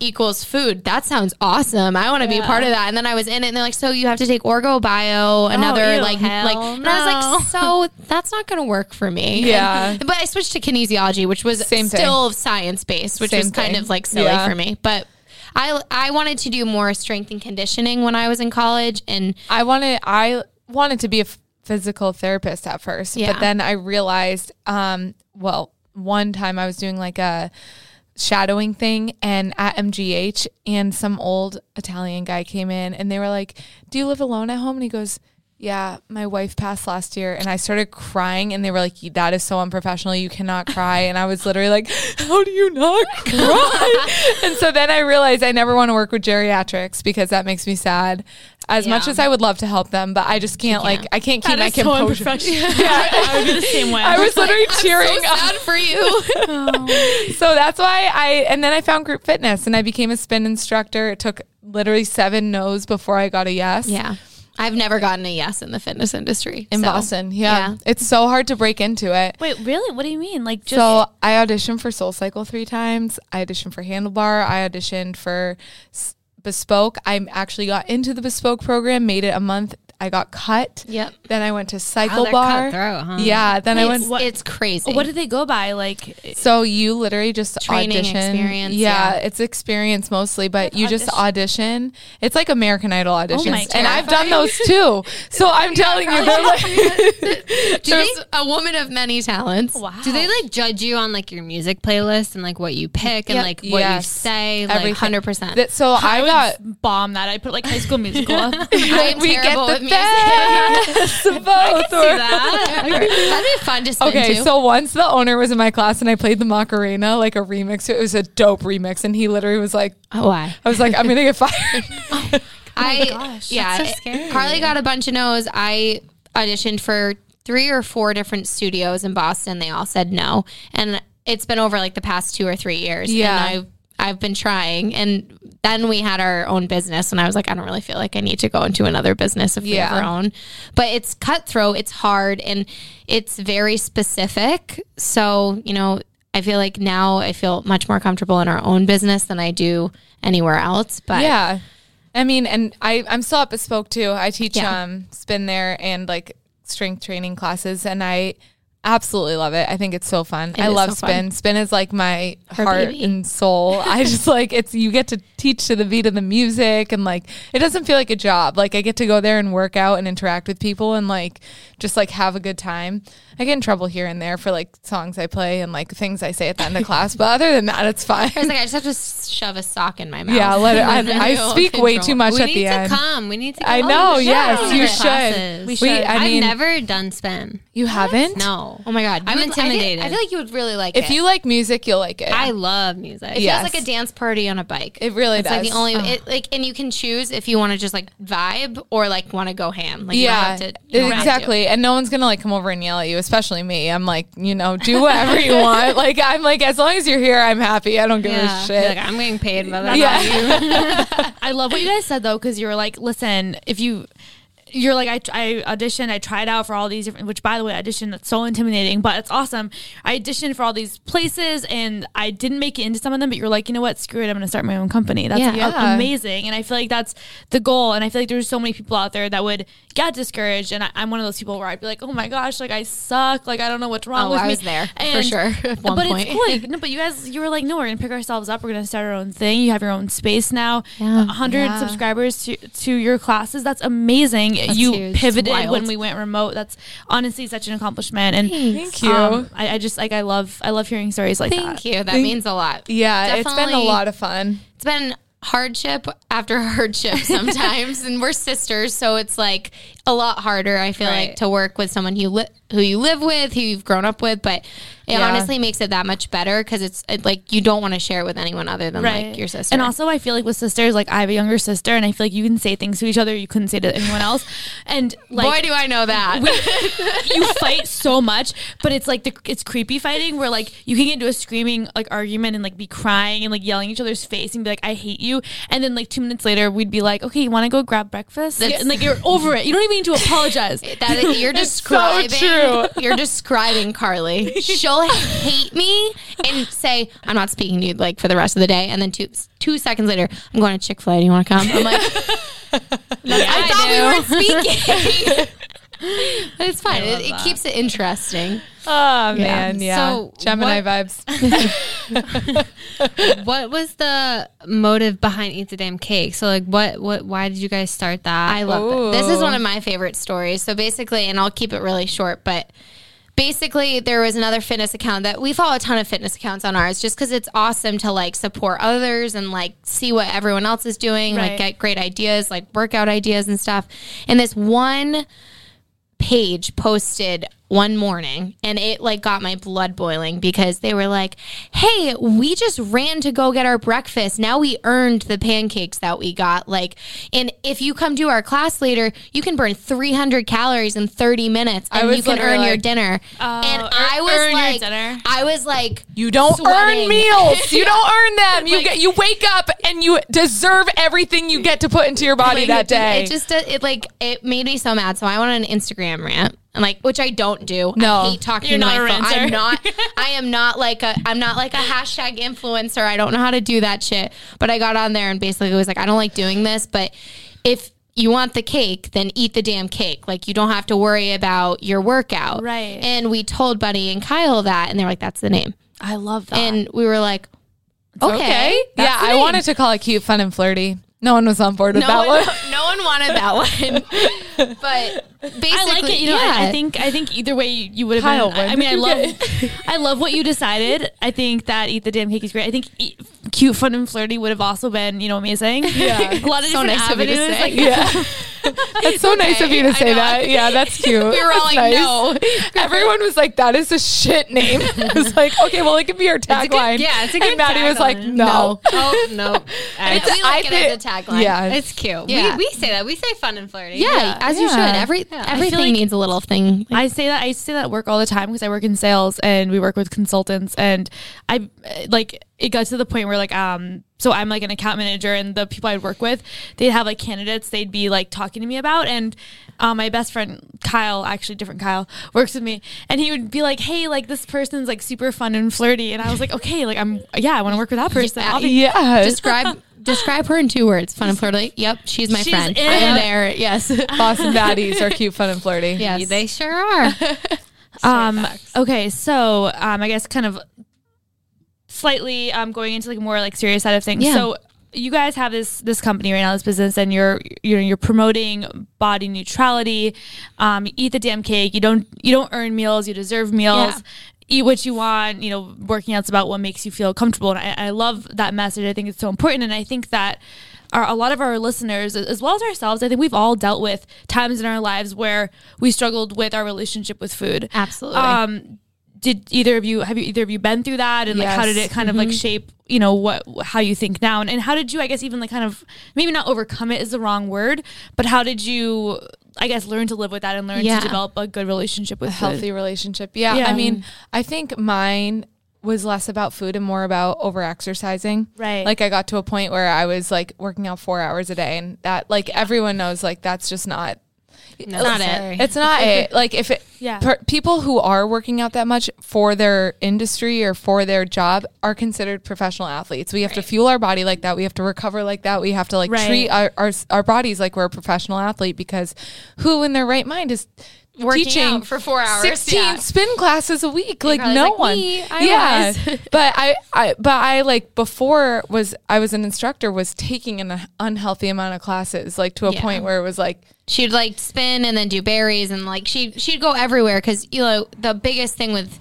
equals food. That sounds awesome. I want to be a part of that. And then I was in it, and they're like, so you have to take Orgo
Oh,
Bio, another
ew,
like,
hell
like. And I was like, so that's not going to work for me.
Yeah.
but I switched to kinesiology, which was
Same thing.
still science based, which
Same
was kind
thing.
of like silly
Yeah.
for me. But I I wanted to do more strength and conditioning when I was in college, and
I wanted I wanted to be a f- physical therapist at first,
Yeah.
but then I realized um well, one time I was doing like a shadowing thing and at MGH and some old Italian guy came in and they were like, "Do you live alone at home?" and he goes, yeah, my wife passed last year and I started crying and they were like, That is so unprofessional. You cannot cry. And I was literally like, How do you not cry? and so then I realized I never want to work with geriatrics because that makes me sad. As much as I would love to help them, but I just can't, like I can't keep my
Oh,
composure.
I would be the same way.
I was literally cheering
so sad for you.
so that's why I and then I found group fitness and I became a spin instructor. It took literally seven no's before I got a yes.
yeah, I've never gotten a yes in the fitness industry
In
so-
Boston. Yeah. It's so hard to break into it.
Wait, really? What do you mean? Like just
so I auditioned for Soul Cycle three times. I auditioned for Handlebar. I auditioned for S- Bespoke. I actually got into the Bespoke program, made it a month. I got cut.
Yep.
Then I went to Cycle
Oh, they're
Bar.
cutthroat, huh?
Yeah. Then I went.
It's, it's crazy.
what do they go by? Like
So you literally just
Training
audition.
experience,
Yeah,
yeah.
it's experience mostly, but you just audition. It's like American Idol auditions,
my
and I've done those too. So I'm telling you, they're like,
She's a woman of many talents.
wow.
Do they like judge you on like your music playlist and like what you pick and
Yep.
like what
Yes.
you say?
Everything.
Like,
Hundred percent.
that- so I got
bomb that? I put like High School Musical. up.
I'm
we get
terrible
the
with music.
best of both. or-
that.
That'd be fun to spin
Okay,
to.
so once the owner was in my class and I played the Macarena, like a remix. It was a dope remix, and he literally was like,
why?
"I was like, I'm gonna get fired."
I
gosh,
yeah.
that's so
it-
scary.
Carly got a bunch of no's. I auditioned for three or four different studios in Boston. They all said no, and it's been over like the past two or three years.
Yeah.
and I've I've been trying, and then we had our own business, and I was like, I don't really feel like I need to go into another business if
Yeah.
we have our own. But it's cutthroat. It's hard, and it's very specific. So you know. I feel like now I feel much more comfortable in our own business than I do anywhere else. But
Yeah. I mean, and I, I'm still at Bespoke too. I teach
Yeah.
um, spin there and like strength training classes, and I absolutely love it. I think it's so fun. I
is
love
so fun.
spin. Spin is like my heart
baby.
and soul. I just like it's, you get to teach to the beat of the music, and like it doesn't feel like a job. Like I get to go there and work out and interact with people and like just like have a good time. I get in trouble here and there for like songs I play and like things I say at the end of class, but other than that, it's fine.
I was like, I just have to s- shove a sock in my mouth.
Yeah, let it. I, I
No
speak way
control.
too much
we
at
need
the
to
end.
come. We need to. Come.
I know. yes,
should.
you
We
should.
We
We- I
I
mean,
have never done spin.
you haven't.
No.
Oh my god,
I'm
You would- I think-
intimidated.
I, feel like you would really like it.
If you like music, you'll like it.
I love music. Oh.
Yeah.
it's like a dance party on a bike.
it really
it's
does.
like the only it, like, and you can choose if you want to just like vibe or like want to go ham. Like, you don't
yeah,
have to- you don't have to.
exactly. And no one's gonna like come over and yell at you, especially me. I'm like, you know, do whatever you want. Like I'm like, as long as you're here, I'm happy. I don't give
Yeah.
a
You're
shit.
Like I'm getting paid by that.
Yeah.
I love what you guys said though, because you were like, listen, if you. You're like I, I auditioned. I tried out for all these different. Which, by the way, audition that's so intimidating, but it's awesome. I auditioned for all these places, and I didn't make it into some of them. But you're like, you know what? Screw it. I'm going to start my own company. That's
Yeah.
a-
Yeah.
amazing, and I feel like that's the goal. And I feel like there's so many people out there that would get discouraged, and I, I'm one of those people where I'd be like, oh my gosh, like I suck. Like I don't know what's wrong
Oh,
with
I
me.
was there, for
And-
sure, at one
but
point.
it's cool. Like, no, but you guys, you were like, no, we're gonna pick ourselves up. We're gonna start our own thing. You have your own space now. A
Yeah.
hundred
Yeah.
subscribers to to your classes. That's amazing. you
huge. It's
pivoted when
wild.
we went remote. That's honestly such an accomplishment. And
Thank you.
um, I, I just like I love I love hearing stories like that.
Thank you. That means a lot.
yeah, it's been a
definitely-
lot of fun.
It's been hardship after hardship sometimes, and we're sisters, so it's like a lot harder. I feel like
Right.
to work with someone who li- who you live with, who you've grown up with, but it
Yeah.
honestly makes it that much better because it's it, like you don't want to share it with anyone other than like your sister.
And also, I feel like with sisters, like I have a younger sister, and I feel like you can say things to each other you couldn't say to anyone else. And
boy,
like
do I know that.
you fight so much, but it's like the it's creepy fighting where like you can get into a screaming like argument and like be crying and like yelling at each other's face and be like I hate you, and then like two minutes later we'd be like okay you want to go grab breakfast
That's-
and like you're over it. You don't even need to apologize.
That you're describing.
true.
You're describing Carly. She'll hate me and say, "I'm not speaking to you like for the rest of the day." And then two two seconds later, I'm going to Chick Fil A. Do you want to come? I'm like, I, thought we weren't speaking. But it's fine. It, it keeps it interesting.
Oh man, yeah.
So
Gemini
what-
vibes.
What was the motive behind Eat the Damn Cake? So like what what why did you guys start that?
I love it. This is
Ooh.
one of my favorite stories. So basically, and I'll keep it really short, but basically, there was another fitness account that we follow a ton of fitness accounts on ours just because it's awesome to like support others and like see what everyone else is doing,
Right.
like get great ideas, like workout ideas and stuff. And this one page posted one morning and it like got my blood boiling because they were like, "Hey, we just ran to go get our breakfast. Now we earned the pancakes that we got. Like, and if you come to our class later, you can burn 300 calories in 30 minutes and
was
you can
gonna
earn your
like-
dinner." and I was
"Oh, earn your
like
dinner.
I was like
You don't
Sweating.
earn meals. You don't earn them. You get you wake up and you deserve everything you get to put into your body that day.
It just uh, it like it made me so mad. So I went on an Instagram rant, and like which I don't do.
No.
I hate talking
You're
to
not
my
a
phone.
ranter.
I'm not. I am not like a. I'm not like a hashtag influencer. I don't know how to do that shit. But I got on there and basically was like, I don't like doing this. But if you want the cake, then eat the damn cake. Like you don't have to worry about your workout.
Right.
And we told Buddy and Kyle that, and they're like, that's the name.
I love that.
And we were like, okay.
Yeah,
that's the
I
name.
wanted to call it cute, fun, and flirty. No one was on board with
No
that
one,
one.
no one wanted that one. But basically,
I like it. You know, I, I think I think either way you, you would have
Kyle,
been.
when
I, I mean,
did
I
you
love I love what you decided. I think that eat the damn cake is great. I think eat, cute, fun, and flirty would have also been you know amazing.
Yeah.
a lot of
So
different
nice of you to
avenues.
say.
Like,
Yeah. That's so nice of you to say that. Yeah, that's cute.
We were
That's
all like,
nice.
no.
Everyone was like, that is a shit name. I was like, okay, well, it could be our tagline.
yeah, it's a
And
good
Maddie was like,
tagline.
no.
Oh no. I-
we like
I
it
think-
as a tagline.
Yeah.
it's cute.
Yeah.
We, we say that. We say fun and flirty.
Yeah, as you should.
Yeah.
Every everything
like-
needs a little thing.
I say that I used to say that at work all the time because I work in sales and we work with consultants and I uh, like it got to the point where like um so I'm like an account manager and the people I'd work with they'd have like candidates they'd be like talking to me about and um, my best friend Kyle actually different Kyle works with me and he would be like hey like this person's like super fun and flirty and I was like okay like I'm yeah I want to work with that person I'll be-
Yeah.
Describe describe her in two words. Fun and flirty. Yep, she's my
She's
friend.
in.
I'm there. Yes.
Boston baddies are cute, fun, and flirty.
yes.
They sure are.
Um, okay, so um, I guess kind of slightly um, going into like more like serious side of things.
Yeah.
So you guys have this this company right now, this business, and you're you know you're promoting body neutrality. Um, you eat the damn cake. You don't you don't earn meals. You deserve meals.
Yeah.
Eat what you want. You know, working out's about what makes you feel comfortable, and I, I love that message. I think it's so important, and I think that our, a lot of our listeners, as well as ourselves, I think we've all dealt with times in our lives where we struggled with our relationship with food.
Absolutely.
Um, did either of you have you either of you been through that, and like how
Yes.
did it kind of
Mm-hmm.
like shape you know what how you think now, and, and how did you I guess even like kind of maybe not overcome it is the wrong word, but how did you I guess learn to live with that and learn
Yeah.
to develop a good relationship with
a healthy
food?
relationship. Yeah,
Yeah.
I mean, I think mine was less about food and more about over exercising.
Right.
Like I got to a point where I was like working out four hours a day and that like everyone knows like that's just not
No,
Not
sorry.
it's not it. Like if it
Yeah.
per- people who are working out that much for their industry or for their job are considered professional athletes. We have to fuel our body like that. We have to recover like that. We have to like
Right.
treat our, our our bodies like we're a professional athlete because who in their right mind is
working
teaching
out for four hours.
16
Yeah.
spin classes a week like
probably
no
like,
one
"Me, I
yeah
was."
but I, I but i like before was i was an instructor was taking an unhealthy amount of classes like to a
Yeah.
point where it was like
she'd like spin and then do berries and like she she'd go everywhere because you know the biggest thing with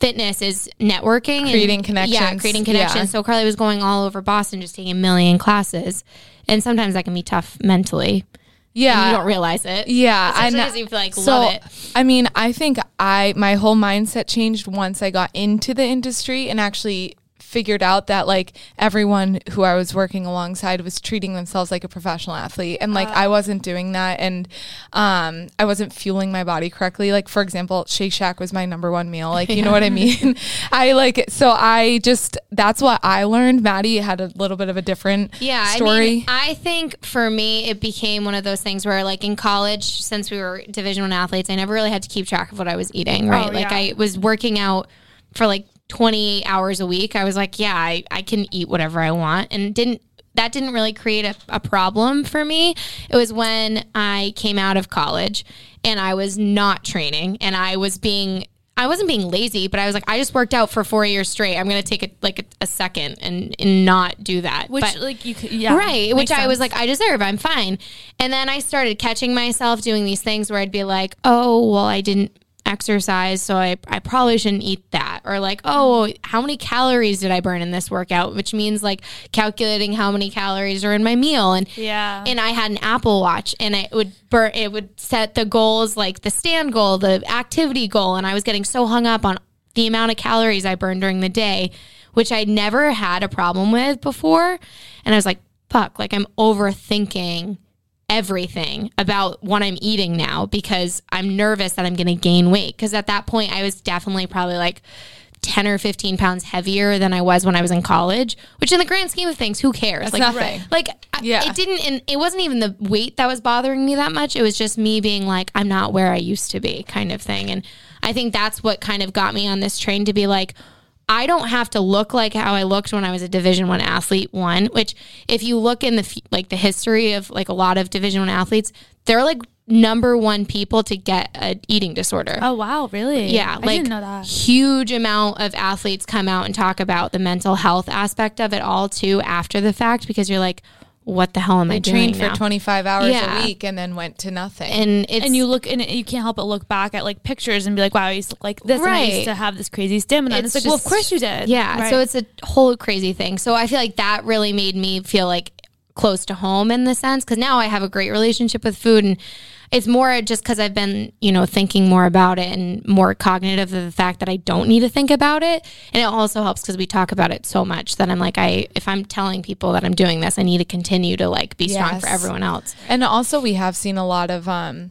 fitness is networking and-
Creating connections.
yeah creating connections
Yeah.
so carly was going all over boston just taking a million classes and sometimes that can be tough mentally and
yeah
you don't realize it
yeah
I
kno-
you feel like love it
I mean, I think I my whole mindset changed once I got into the industry and actually figured out that like everyone who I was working alongside was treating themselves like a professional athlete and like
Oh.
I wasn't doing that and um I wasn't fueling my body correctly like for example Shake Shack was my number one meal like you know what I mean I like so I just that's what I learned Maddie had a little bit of a different
yeah
story
I, mean, I think for me it became one of those things where like in college since we were division one athletes i never really had to keep track of what i was eating right like
Oh, yeah.
i was working out for like 20 hours a week i was like yeah i, I can eat whatever i want and didn't that didn't really create a, a problem for me. It was when I came out of college and I was not training and I was being I wasn't being lazy, but I was like, I just worked out for four years straight. I'm gonna take it like a, a second and, and not do that.
Which
But-
like you could yeah
right which
makes
i was
sense.
like i deserve i'm fine and then i started catching myself doing these things where i'd be like oh well i didn't exercise so I, I probably shouldn't eat that or like oh how many calories did i burn in this workout which means like calculating how many calories are in my meal and
yeah
and I had an Apple Watch, and it would burn. It would set the goals, like the stand goal, the activity goal, and I was getting so hung up on the amount of calories I burned during the day, which I never had a problem with before. And I was like, "Fuck!" Like I'm overthinking everything about what I'm eating now because I'm nervous that I'm going to gain weight. Because at that point, I was definitely probably like. 10 or 15 pounds heavier than I was when I was in college, which in the grand scheme of things, who cares? like,
nothing.
like I-
Yeah.
it didn't and it wasn't even the weight that was bothering me that much it was just me being like i'm not where i used to be kind of thing and i think that's what kind of got me on this train to be like i don't have to look like how i looked when i was a division one athlete one which if you look in the f- like the history of like a lot of division one athletes they're like number one people to get an eating disorder
oh wow really
yeah,
I
like
didn't know that
huge amount of athletes come out and talk about the mental health aspect of it all too after the fact because you're like, what the hell am I, doing
trained for
now?
25 hours
Yeah.
a week and then went to nothing
and it's
and you look and you can't help but look back at like pictures and be like wow I used to look like this and I
Right.
used to have this crazy stamina and
It's
it's, like well of
just-
course you did
yeah,
Right.
so it's a whole crazy thing. So I feel like that really made me feel like close to home in the sense because now I have a great relationship with food and. It's more just because I've been, you know, thinking more about it and more cognitive of the fact that I don't need to think about it. And it also helps because we talk about it so much that I'm like, I if I'm telling people that I'm doing this, I need to continue to like be strong for
Yes.
everyone else.
And also, we have seen a lot of um,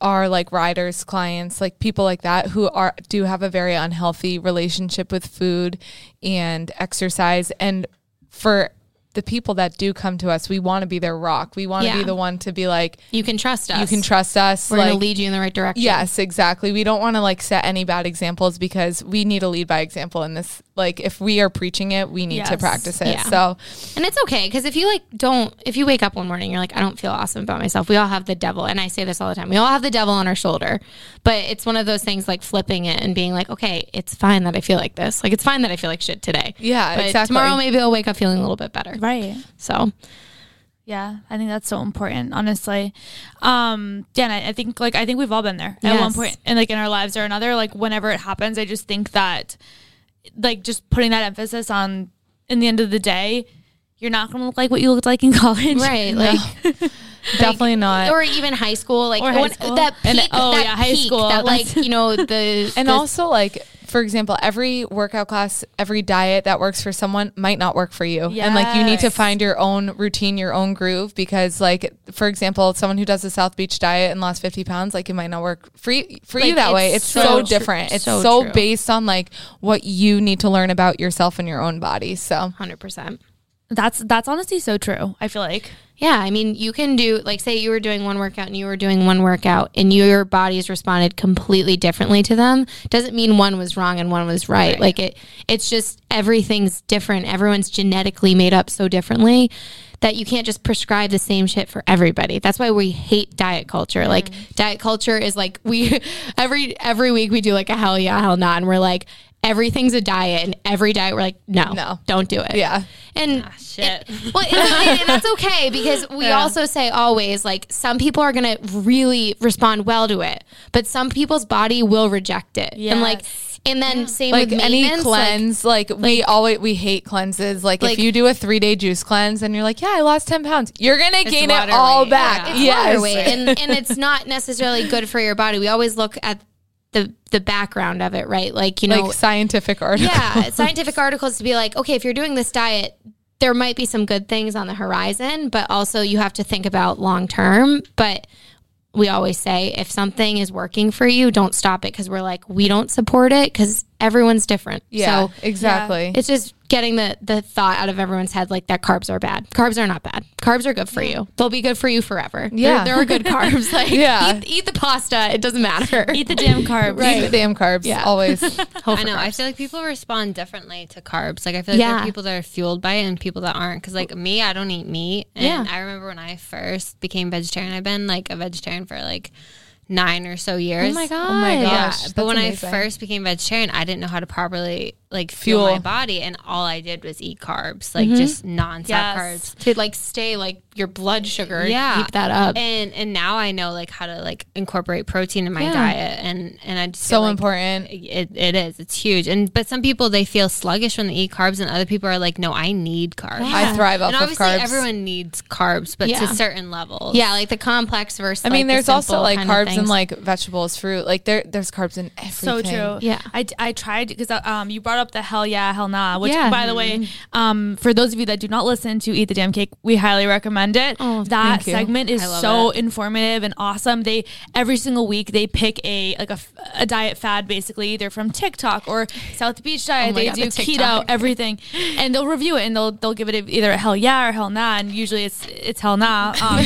our like riders, clients, like people like that who are do have a very unhealthy relationship with food and exercise. And for the people that do come to us, we want to be their rock. We want to
Yeah.
be the one to be like,
You can trust us.
you can trust us.
We're
like,
gonna lead you in the right direction.
Yes, exactly. We don't want to like set any bad examples because we need to lead by example in this. Like, if we are preaching it, we need to
Yes.
practice it.
Yeah.
So,
And it's okay because if you like don't, if you wake up one morning, you're like, I don't feel awesome about myself. We all have the devil, and I say this all the time. We all have the devil on our shoulder, but it's one of those things like flipping it and being like, okay, it's fine that I feel like this. Like it's fine that I feel like shit today.
Yeah,
but
exactly.
Tomorrow maybe I'll wake up feeling a little bit better.
right
So
Yeah, I think that's so important, honestly. Um, yeah, and I, I think like I think we've all been there at one
Yes.
point, and like in our lives or another. Like whenever it happens, I just think that, like, just putting that emphasis on, in the end of the day, you're not going to look like what you looked like in college,
right, like
definitely not.
or even high school, like
Or high
when-
school.
that peak,
And- oh,
that
yeah, high
peak,
school,
that
that's-
like you know the
And
the-
also, like, for example, every workout class, every diet that works for someone might not work for you. And, like, you need to
Yes.
find your own routine, your own groove, because, like, for example, someone who does the South Beach diet and lost 50 pounds, like, it might not work for you, for you
Like,
that way.
it's
It's so,
so tru-
different. It's
so
so,
true.
based on, like, what you need to learn about yourself and your own body. So,
hundred percent.
That's that's honestly so true. I feel like
Yeah, I mean, you can do like say you were doing one workout and you were doing one workout and your bodies responded completely differently to them. Doesn't mean one was wrong and one was right. Like it it's just everything's different. Everyone's genetically made up so differently that you can't just prescribe the same shit for everybody. That's why we hate diet culture.
Mm-hmm.
Like diet culture is like we every every week we do like a hell yeah, hell not, and we're like everything's a diet, and every diet we're like no,
No.
don't do it.
Yeah.
and
Shit.
well, and- and- and that's okay because we also say always like some people are gonna really respond well to it, but some people's body will reject it, and like and then same
like
with
any
maintenance, like-
cleanse like, we always we hate cleanses like,
Like-
if you do a three day juice cleanse and you're like yeah i lost 10 pounds you're gonna gain it
water
all
weight,
back
yeah.
it's
yes
water weight, and, and it's not necessarily good for your body. We always look at the the background of it, right? Like you know,
like scientific article
yeah, scientific articles to be like, okay, if you're doing this diet, there might be some good things on the horizon, but also you have to think about long term. But we always say if something is working for you, don't stop it because we're like we don't support it because everyone's different.
yeah
so
exactly
it's just getting the the thought out of everyone's head like that carbs are bad. Carbs are not bad. Carbs are good for you. They'll be good for you forever. They're-
Yeah.
they're, good carbs. Like
Yeah.
eat, eat the pasta. It doesn't matter.
Eat the damn carbs.
Eat the damn carbs always
I know. I feel like people respond differently to carbs. Like I feel like there
Yeah.
are people that are fueled by it and people that aren't. Because like me, I don't eat meat. And
Yeah.
I remember when I first became vegetarian. I've been like a vegetarian for like nine or so years.
Oh my god.
my gosh.
Yeah,
that's
but when
amazing.
I first became vegetarian, I didn't know how to properly like fuel,
Fuel. Mm-hmm.
my body, and all I did was eat carbs, like just nonstop
Yes.
carbs.
to like stay like your blood sugar
Yeah.
keep that up
And and now I know like how to like incorporate protein in my
Yeah.
diet, and and I just feel
so
like
important
It, it is. It's huge. And but some people they feel sluggish when they eat carbs, and other people are like, no, I need carbs.
i thrive off
and
of
obviously
carbs
everyone needs carbs, but
Yeah.
to certain levels.
yeah like the complex versus
i mean
like, the
there's also
simple
like
kind of
carbs and
things.
like vegetables fruit like there there's carbs in everything
So true.
Yeah.
I, I tried because um you brought up the hell yeah hell nah which
Yeah. Mm-hmm.
by the way um for those of you that do not listen to eat the damn cake we highly recommend it.
Oh,
that
thank you.
segment is
I love
so informative and awesome. They every single week they pick a like a, f- a diet fad basically either from TikTok or South Beach diet.
Oh my
they
God,
do
the
keto
TikTok.
everything and they'll review it and they'll they'll give it a, either a hell yeah or hell nah and usually it's it's hell nah. Um,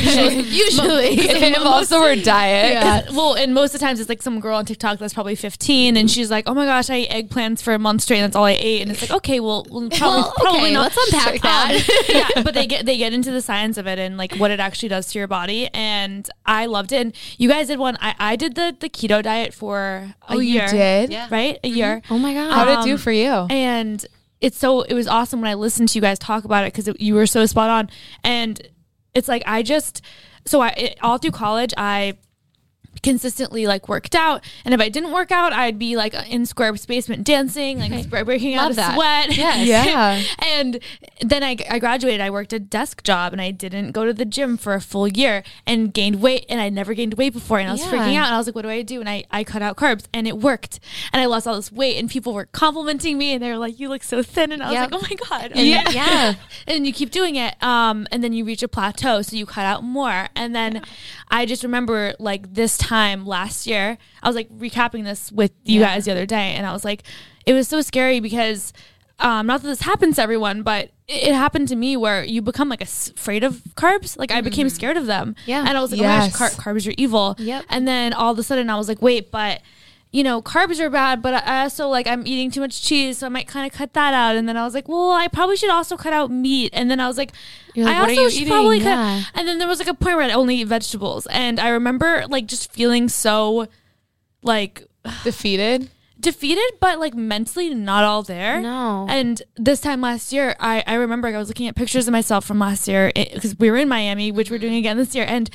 usually
it involves the word diet
yeah. Well, and most of the times it's like some girl on TikTok that's probably 15 and she's like, oh my gosh, I ate eggplants for a month straight and that's all I ate. And it's like, okay, well, well, probably,
Well,
probably
Oh, okay,
not.
let's unpack that.
Um, yeah, but they get they get into the science of it and like what it actually does to your body. And I loved it. And you guys did one. I, I did the, the keto diet for a
oh you
year.
did
Yeah.
Right? A year.
oh my god
how did it do
Um,
for you
And it's so it was awesome when I listened to you guys talk about it because you were so spot on. And it's like I just so I it, all through college I consistently like worked out and if I didn't work out I'd be like in Square's basement dancing like sp- breaking out
Love
of
that.
sweat
Yes.
Yeah.
and then I, I graduated I worked a desk job and I didn't go to the gym for a full year and gained weight and I never gained weight before and I was
Yeah.
freaking out and I was like what do I do and I, I cut out carbs and it worked and I lost all this weight and people were complimenting me and they were like you look so thin and I was
Yep.
like oh my god
And- yeah
and you keep doing it um, and then you reach a plateau so you cut out more and then i just remember like this time last year i was like recapping this with you guys the other day and i was like it was so scary because um, not that this happens to everyone but it, it happened to me where you become like as- afraid of carbs like i became scared of them
Mm-hmm. Yeah.
and i was like
Yes.
oh my gosh car- carbs are evil
Yep.
and then all of a sudden i was like wait but you know, carbs are bad, but I also like I'm eating too much cheese, so I might kind of cut that out. And then I was like, well, I probably should also cut out meat. And then I was like,
like,
I
what are
also
you
should
eating?
probably cut.
Yeah.
And then there was like a point where I only eat vegetables, and I remember like just feeling so like
defeated
defeated, but like mentally not all there.
No.
And this time last year, I, I remember I was looking at pictures of myself from last year because we were in Miami, which we're doing again this year. And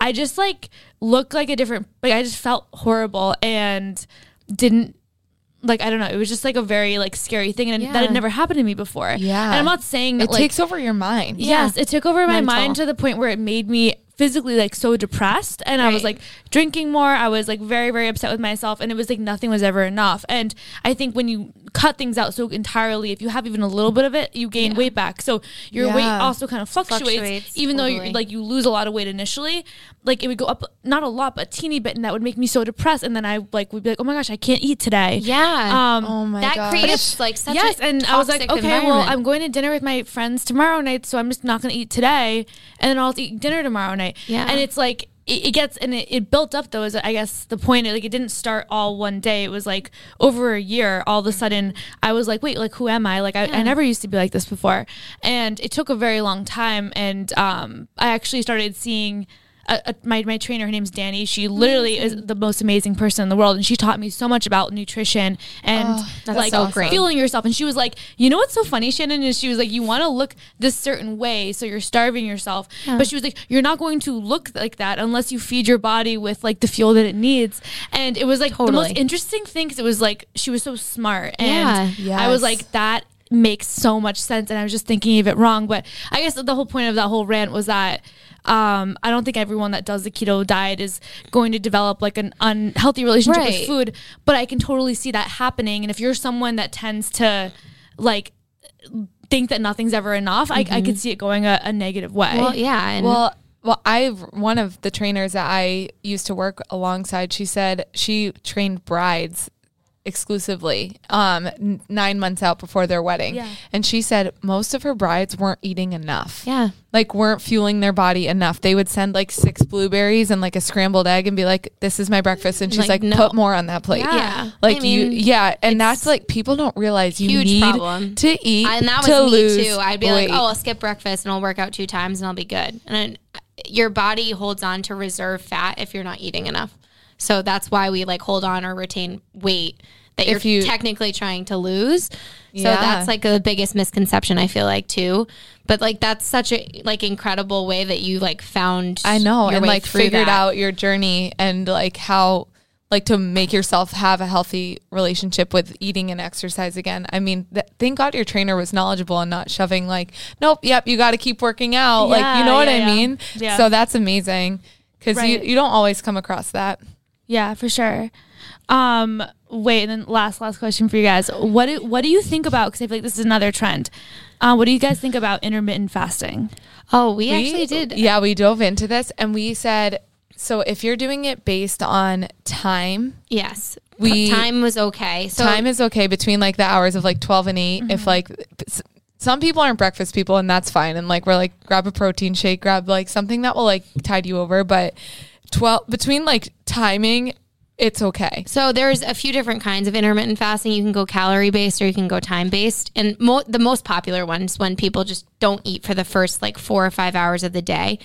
I just like looked like a different, like I just felt horrible and didn't. Like I don't know, it was just like a very like scary thing, and that
Yeah.
had never happened to me before.
Yeah.
and I'm not saying that
it
like
takes over your mind
Yes, it took over my
Mental.
mind to the point where it made me physically like so depressed and I was
Right.
like drinking more. I was like very very upset with myself and it was like nothing was ever enough. And I think when you cut things out so entirely, if you have even a little bit of it, you gain weight back. So your weight
Yeah.
also kind of fluctuates,
Fluctuates,
even though
totally.
you're like you lose a lot of weight initially. Like it would go up not a lot but a teeny bit and that would make me so depressed and then I like would be like, "Oh my gosh, I can't eat today."
yeah
Um
oh my
that
gosh
creates like such
yes,
a
and I was like,
toxic
okay, well,
environment.
I'm going to dinner with my friends tomorrow night, so I'm just not going to eat today, and then I'll eat dinner tomorrow night.
Yeah.
and it's like it, it gets and it, it built up though is i guess the point like it didn't start all one day it was like over a year all of a sudden i was like wait like who am i like I, I never used to be like this before and it took a very long time and um i actually started seeing a, a, my, my trainer her name's danny she literally is the most amazing person in the world and she taught me so much about nutrition and
Oh, that's
like
so great.
feeling yourself and she was like you know what's so funny shannon is she was like you want to look this certain way so you're starving yourself but she was like you're not going to look like that unless you feed your body with like the fuel that it needs and it was like the most
Totally.
interesting thing 'cause it was like she was so smart and
Yeah.
i was
Yes.
like that makes so much sense and i was just thinking of it wrong but i guess the whole point of that whole rant was that um, I don't think everyone that does the keto diet is going to develop like an unhealthy relationship
Right.
with food, but I can totally see that happening. And if you're someone that tends to like think that nothing's ever enough, I, I could see it going a, a negative way.
Well, yeah. And
Well, well, I one of the trainers that I used to work alongside. She said she trained brides exclusively um n- 9 months out before their wedding.
Yeah.
And she said most of her brides weren't eating enough.
Yeah.
Like weren't fueling their body enough. They would send like six blueberries and like a scrambled egg and be like this is my breakfast and she's like,
Like, no.
put more on that plate.
Yeah.
Like
I
you
mean,
yeah, and that's like people don't realize you
huge
need
problem.
to eat
and that was
to
me
lose
too. I'd be
weight.
like, oh, I'll skip breakfast and I'll work out two times and I'll be good. And I, your body holds on to reserve fat if you're not eating enough. So that's why we like hold on or retain weight that you're
If you-
technically trying to lose. So
Yeah.
that's like the biggest misconception I feel like too. But like that's such a like incredible way that you like found
I know,
your
and
way
like
through
figured
that.
out your journey and like how like to make yourself have a healthy relationship with eating and exercise again. I mean, th- thank God your trainer was knowledgeable and not shoving like, nope, yep, you got to keep working out. like, you
Yeah,
know what
yeah,
I
yeah.
mean?
Yeah.
So that's amazing because
Right.
you, you don't always come across that.
Yeah, for sure. Um, wait, and then last last question for you guys. What do, what do you think about? Because I feel like this is another trend. Uh, what do you guys think about intermittent fasting?
Oh, we,
We-
actually did.
Yeah, we dove into this and we said, so if you're doing it based on time,
Yes.
We-
time was okay. So Mm-hmm.
time is okay between like the hours of like 12 and 8 if like s- some people aren't breakfast people and that's fine and like we're like grab a protein shake grab like something that will like tide you over but 12 between like timing it's okay
So there's a few different kinds of intermittent fasting. You can go calorie based or you can go time based. And mo- the most popular one is when people just don't eat for the first like four or five hours of the day.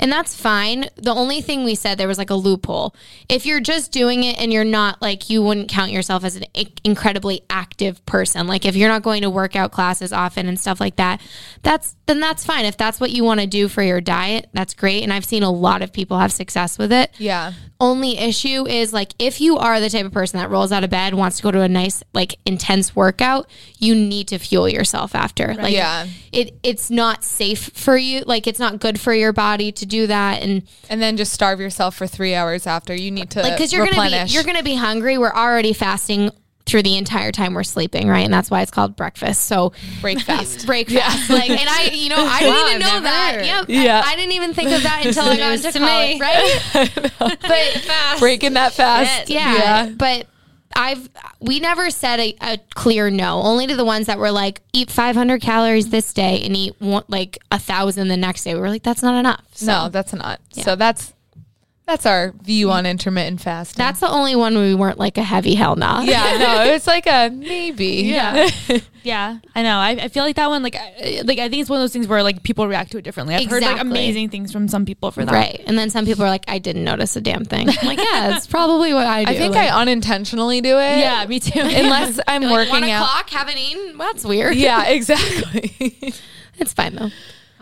And that's fine. The only thing we said there was like a loophole. If you're just doing it and you're not like, you wouldn't count yourself as an i- incredibly active person. Like if you're not going to workout classes often and stuff like that, that's then that's fine. If that's what you want to do for your diet, that's great. And I've seen a lot of people have success with it
yeah
only issue is like if you are the type of person that rolls out of bed wants to go to a nice like intense workout you need to fuel yourself after like
Yeah.
it it's not safe for you like it's not good for your body to do that and
and then just starve yourself for three hours after you need to
Uh,
like because you're gonna
replenish
be you're gonna be hungry we're already fasting through the entire time we're sleeping right and that's why it's called breakfast so
break fast
breakfast. Like, and I, you know, I didn't
Wow,
even
I've
know
never
that.
heard.
Yep.
Yeah.
I, I didn't even think of that until I got
news
into
to
college,
me.
right? but fast.
breaking that fast
Yeah, But I've we never said a, a clear no, only to the ones that were like eat 500 calories this day and eat one, like a thousand the next day. We were like, that's not enough. So
no that's not so that's that's our view on intermittent fasting
that's the only one we weren't like a heavy hell no.
yeah no it's like a maybe
Yeah, yeah, I know. I, I feel like that one, like, I, like I think it's one of those things where like people react to it differently. I've heard like
Exactly.
amazing things from some people for that.
Right. And then some people are like, I didn't notice a damn thing. I'm like, yeah, it's probably what I do.
I think I unintentionally do it.
Yeah, me too.
Unless I'm
one
working out.
o'clock, haven't eaten. Well, that's weird.
Yeah, exactly.
It's fine though.
All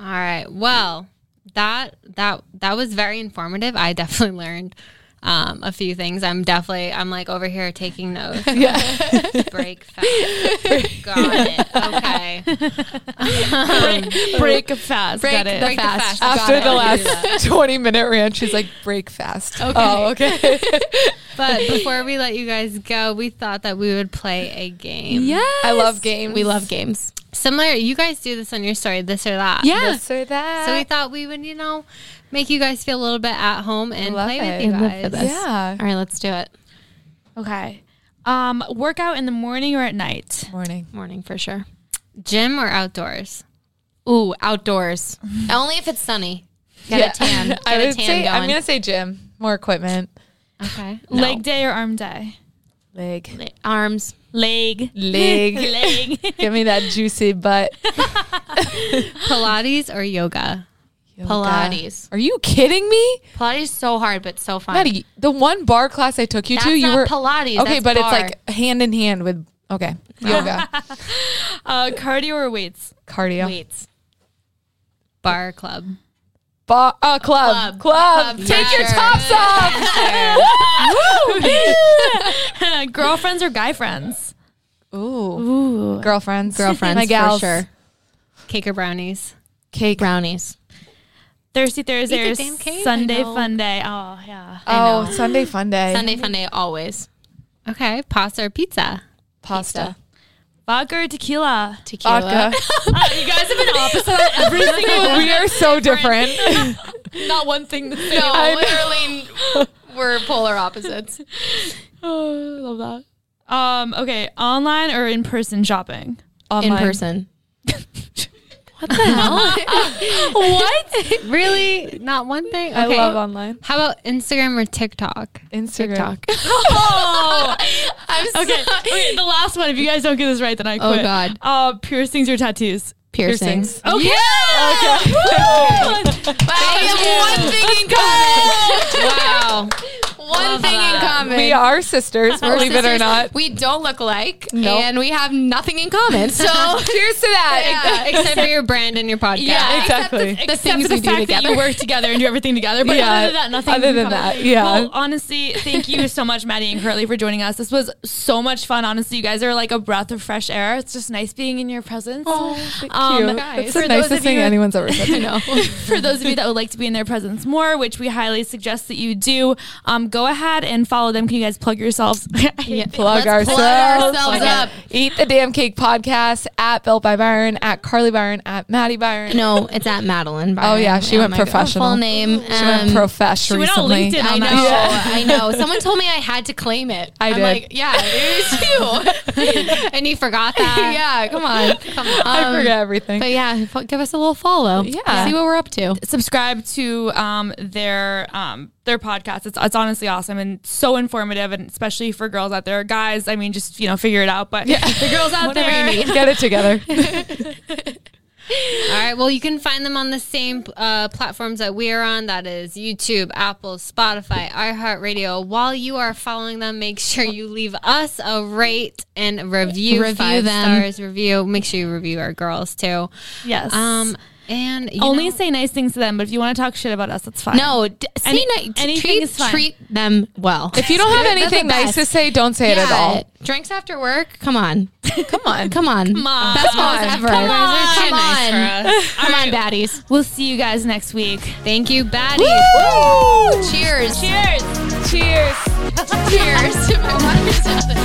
right. Well, that that that was very informative. I definitely learned um, a few things. I'm definitely I'm like over here taking notes. Yeah. Break fast. Got it. Okay. Um,
break, break fast.
Break
Got it.
the fast. Got
After
it.
the last 20 minute rant, she's like, break fast. Okay. Oh, okay.
But before we let you guys go, we thought that we would play a game.
yeah,
I love games.
We love games.
Similar, you guys do this on your story, this or that.
Yeah.
this or that.
So we thought we would, you know, make you guys feel a little bit at home and
Love
play
it.
with you
I live for
guys.
this.
yeah.
All right, let's do it.
Okay. Um, workout in the morning or at night?
Morning.
Morning for sure.
Gym or outdoors?
Ooh, outdoors. Only if it's sunny. Get
Yeah.
a tan. Get
I
a
would
tan
say,
going.
I'm gonna say gym, more equipment,
Okay.
Leg day or arm day?
leg,
arms.
Leg.
leg.
Leg.
Give me that juicy butt.
Pilates or yoga?
Yoga.
Pilates.
Are you kidding me?
Pilates is so hard, but so fun.
Maddie, the one bar class I took you
That's
to, you
not
were
Pilates,
Okay,
that's
but
bar.
it's like hand in hand with okay yoga,
Uh, cardio or weights?
cardio,
weights.
Bar club.
Bar, uh, club, club. Take your tops off.
Girlfriends or guy friends?
Ooh. girlfriends,
Girlfriends,
my
for
gals.
sure.
Cake or brownies?
Cake. Brownies.
Thursday, Thursday, or
damn cake, I
Sunday
know.
fun day. Oh, yeah.
Oh, Sunday fun day.
Sunday fun day always.
Okay. Pasta or pizza?
pasta,
Vodka or tequila? Ah,
Tequila.
vodka.
you guys have been opposite on every single
we are so different.
Not one thing the same.
No,
I'm-
literally, we're polar opposites.
love that. Um, okay, online or in person shopping?
In
Online.
person.
what?
Really? Not one thing?
I
Okay.
love online.
How about Instagram or TikTok?
Instagram.
Oh,
I'm so-
okay. okay, the last one. If you guys don't get this right, then I
Oh,
quit.
God.
Uh, piercings or tattoos?
Piercings.
Oh,
Oh,
Okay. Okay.
have one thing in
Wow.
common. One thing in common.
We are sisters,
We're
believe it or
sisters.
not.
We don't look alike,
Nope.
and we have nothing in common. So,
Cheers to that.
Uh,
yeah,
Except for your brand and your podcast.
yeah,
exactly.
Except the, the
Except
things
for the
we do
fact that
together.
you work together and do everything together. But
Yeah.
other than that, nothing.
Other
in
than
common.
that, yeah.
Well, honestly, thank you so much, Maddie and Curly, for joining us. This was so much fun. Honestly, you guys are like a breath of fresh air. It's just nice being in your presence. Um,
Cute.
guys,
That's
for those
the nicest
of
thing
you-
anyone's ever said. to me.
for those of you that would like to be in their presence more, which we highly suggest that you do, um, go ahead and follow them. Can you guys plug yourselves?
Plug
Let's
ourselves,
plug ourselves up.
Eat the damn cake podcast at Built by Byron, at Carly Byron, at Maddie Byron.
No, it's at Madeline.
Oh, yeah, she went
my God.
professional.
Full name.
She went
um,
profesh
went on
recently.
LinkedIn.
I know.
Yeah.
I know. Someone told me I had to claim it.
I
am
did.
like, yeah, it was you.
And you forgot that.
yeah, come on. Come on.
Um,
I forget everything.
But yeah, fo- give us a little follow.
Yeah.
See what we're up to.
subscribe to um, their um, their podcast. It's, it's honestly awesome and so informative, and especially for girls out there. Guys, I mean, just you know, figure it out. But the girls out there,
Get it together.
All right. Well, you can find them on the same uh, platforms that we are on. That is YouTube, Apple, Spotify, iHeartRadio. While you are following them, make sure you leave us a rate and review.
Review
Five
them.
stars. Review. Make sure you review our girls too.
yes.
Um, and you
only
know-
say nice things to them, but if you want to talk shit about us, that's fine.
No, d- see,
Any-
no,
anything
treat,
is fine.
treat them well.
If you don't have
That's the
anything nice
best.
to say, don't say it at
Yeah.
all.
Drinks after work? Come on.
Come on.
Come on. Come
on.
Best
Come
moms
on.
ever.
Come on.
Come
Nice for
on. Come on, baddies.
We'll see you guys next week.
Thank you, Batty.
Cheers.
Cheers.
Cheers.
Cheers. My water's out there.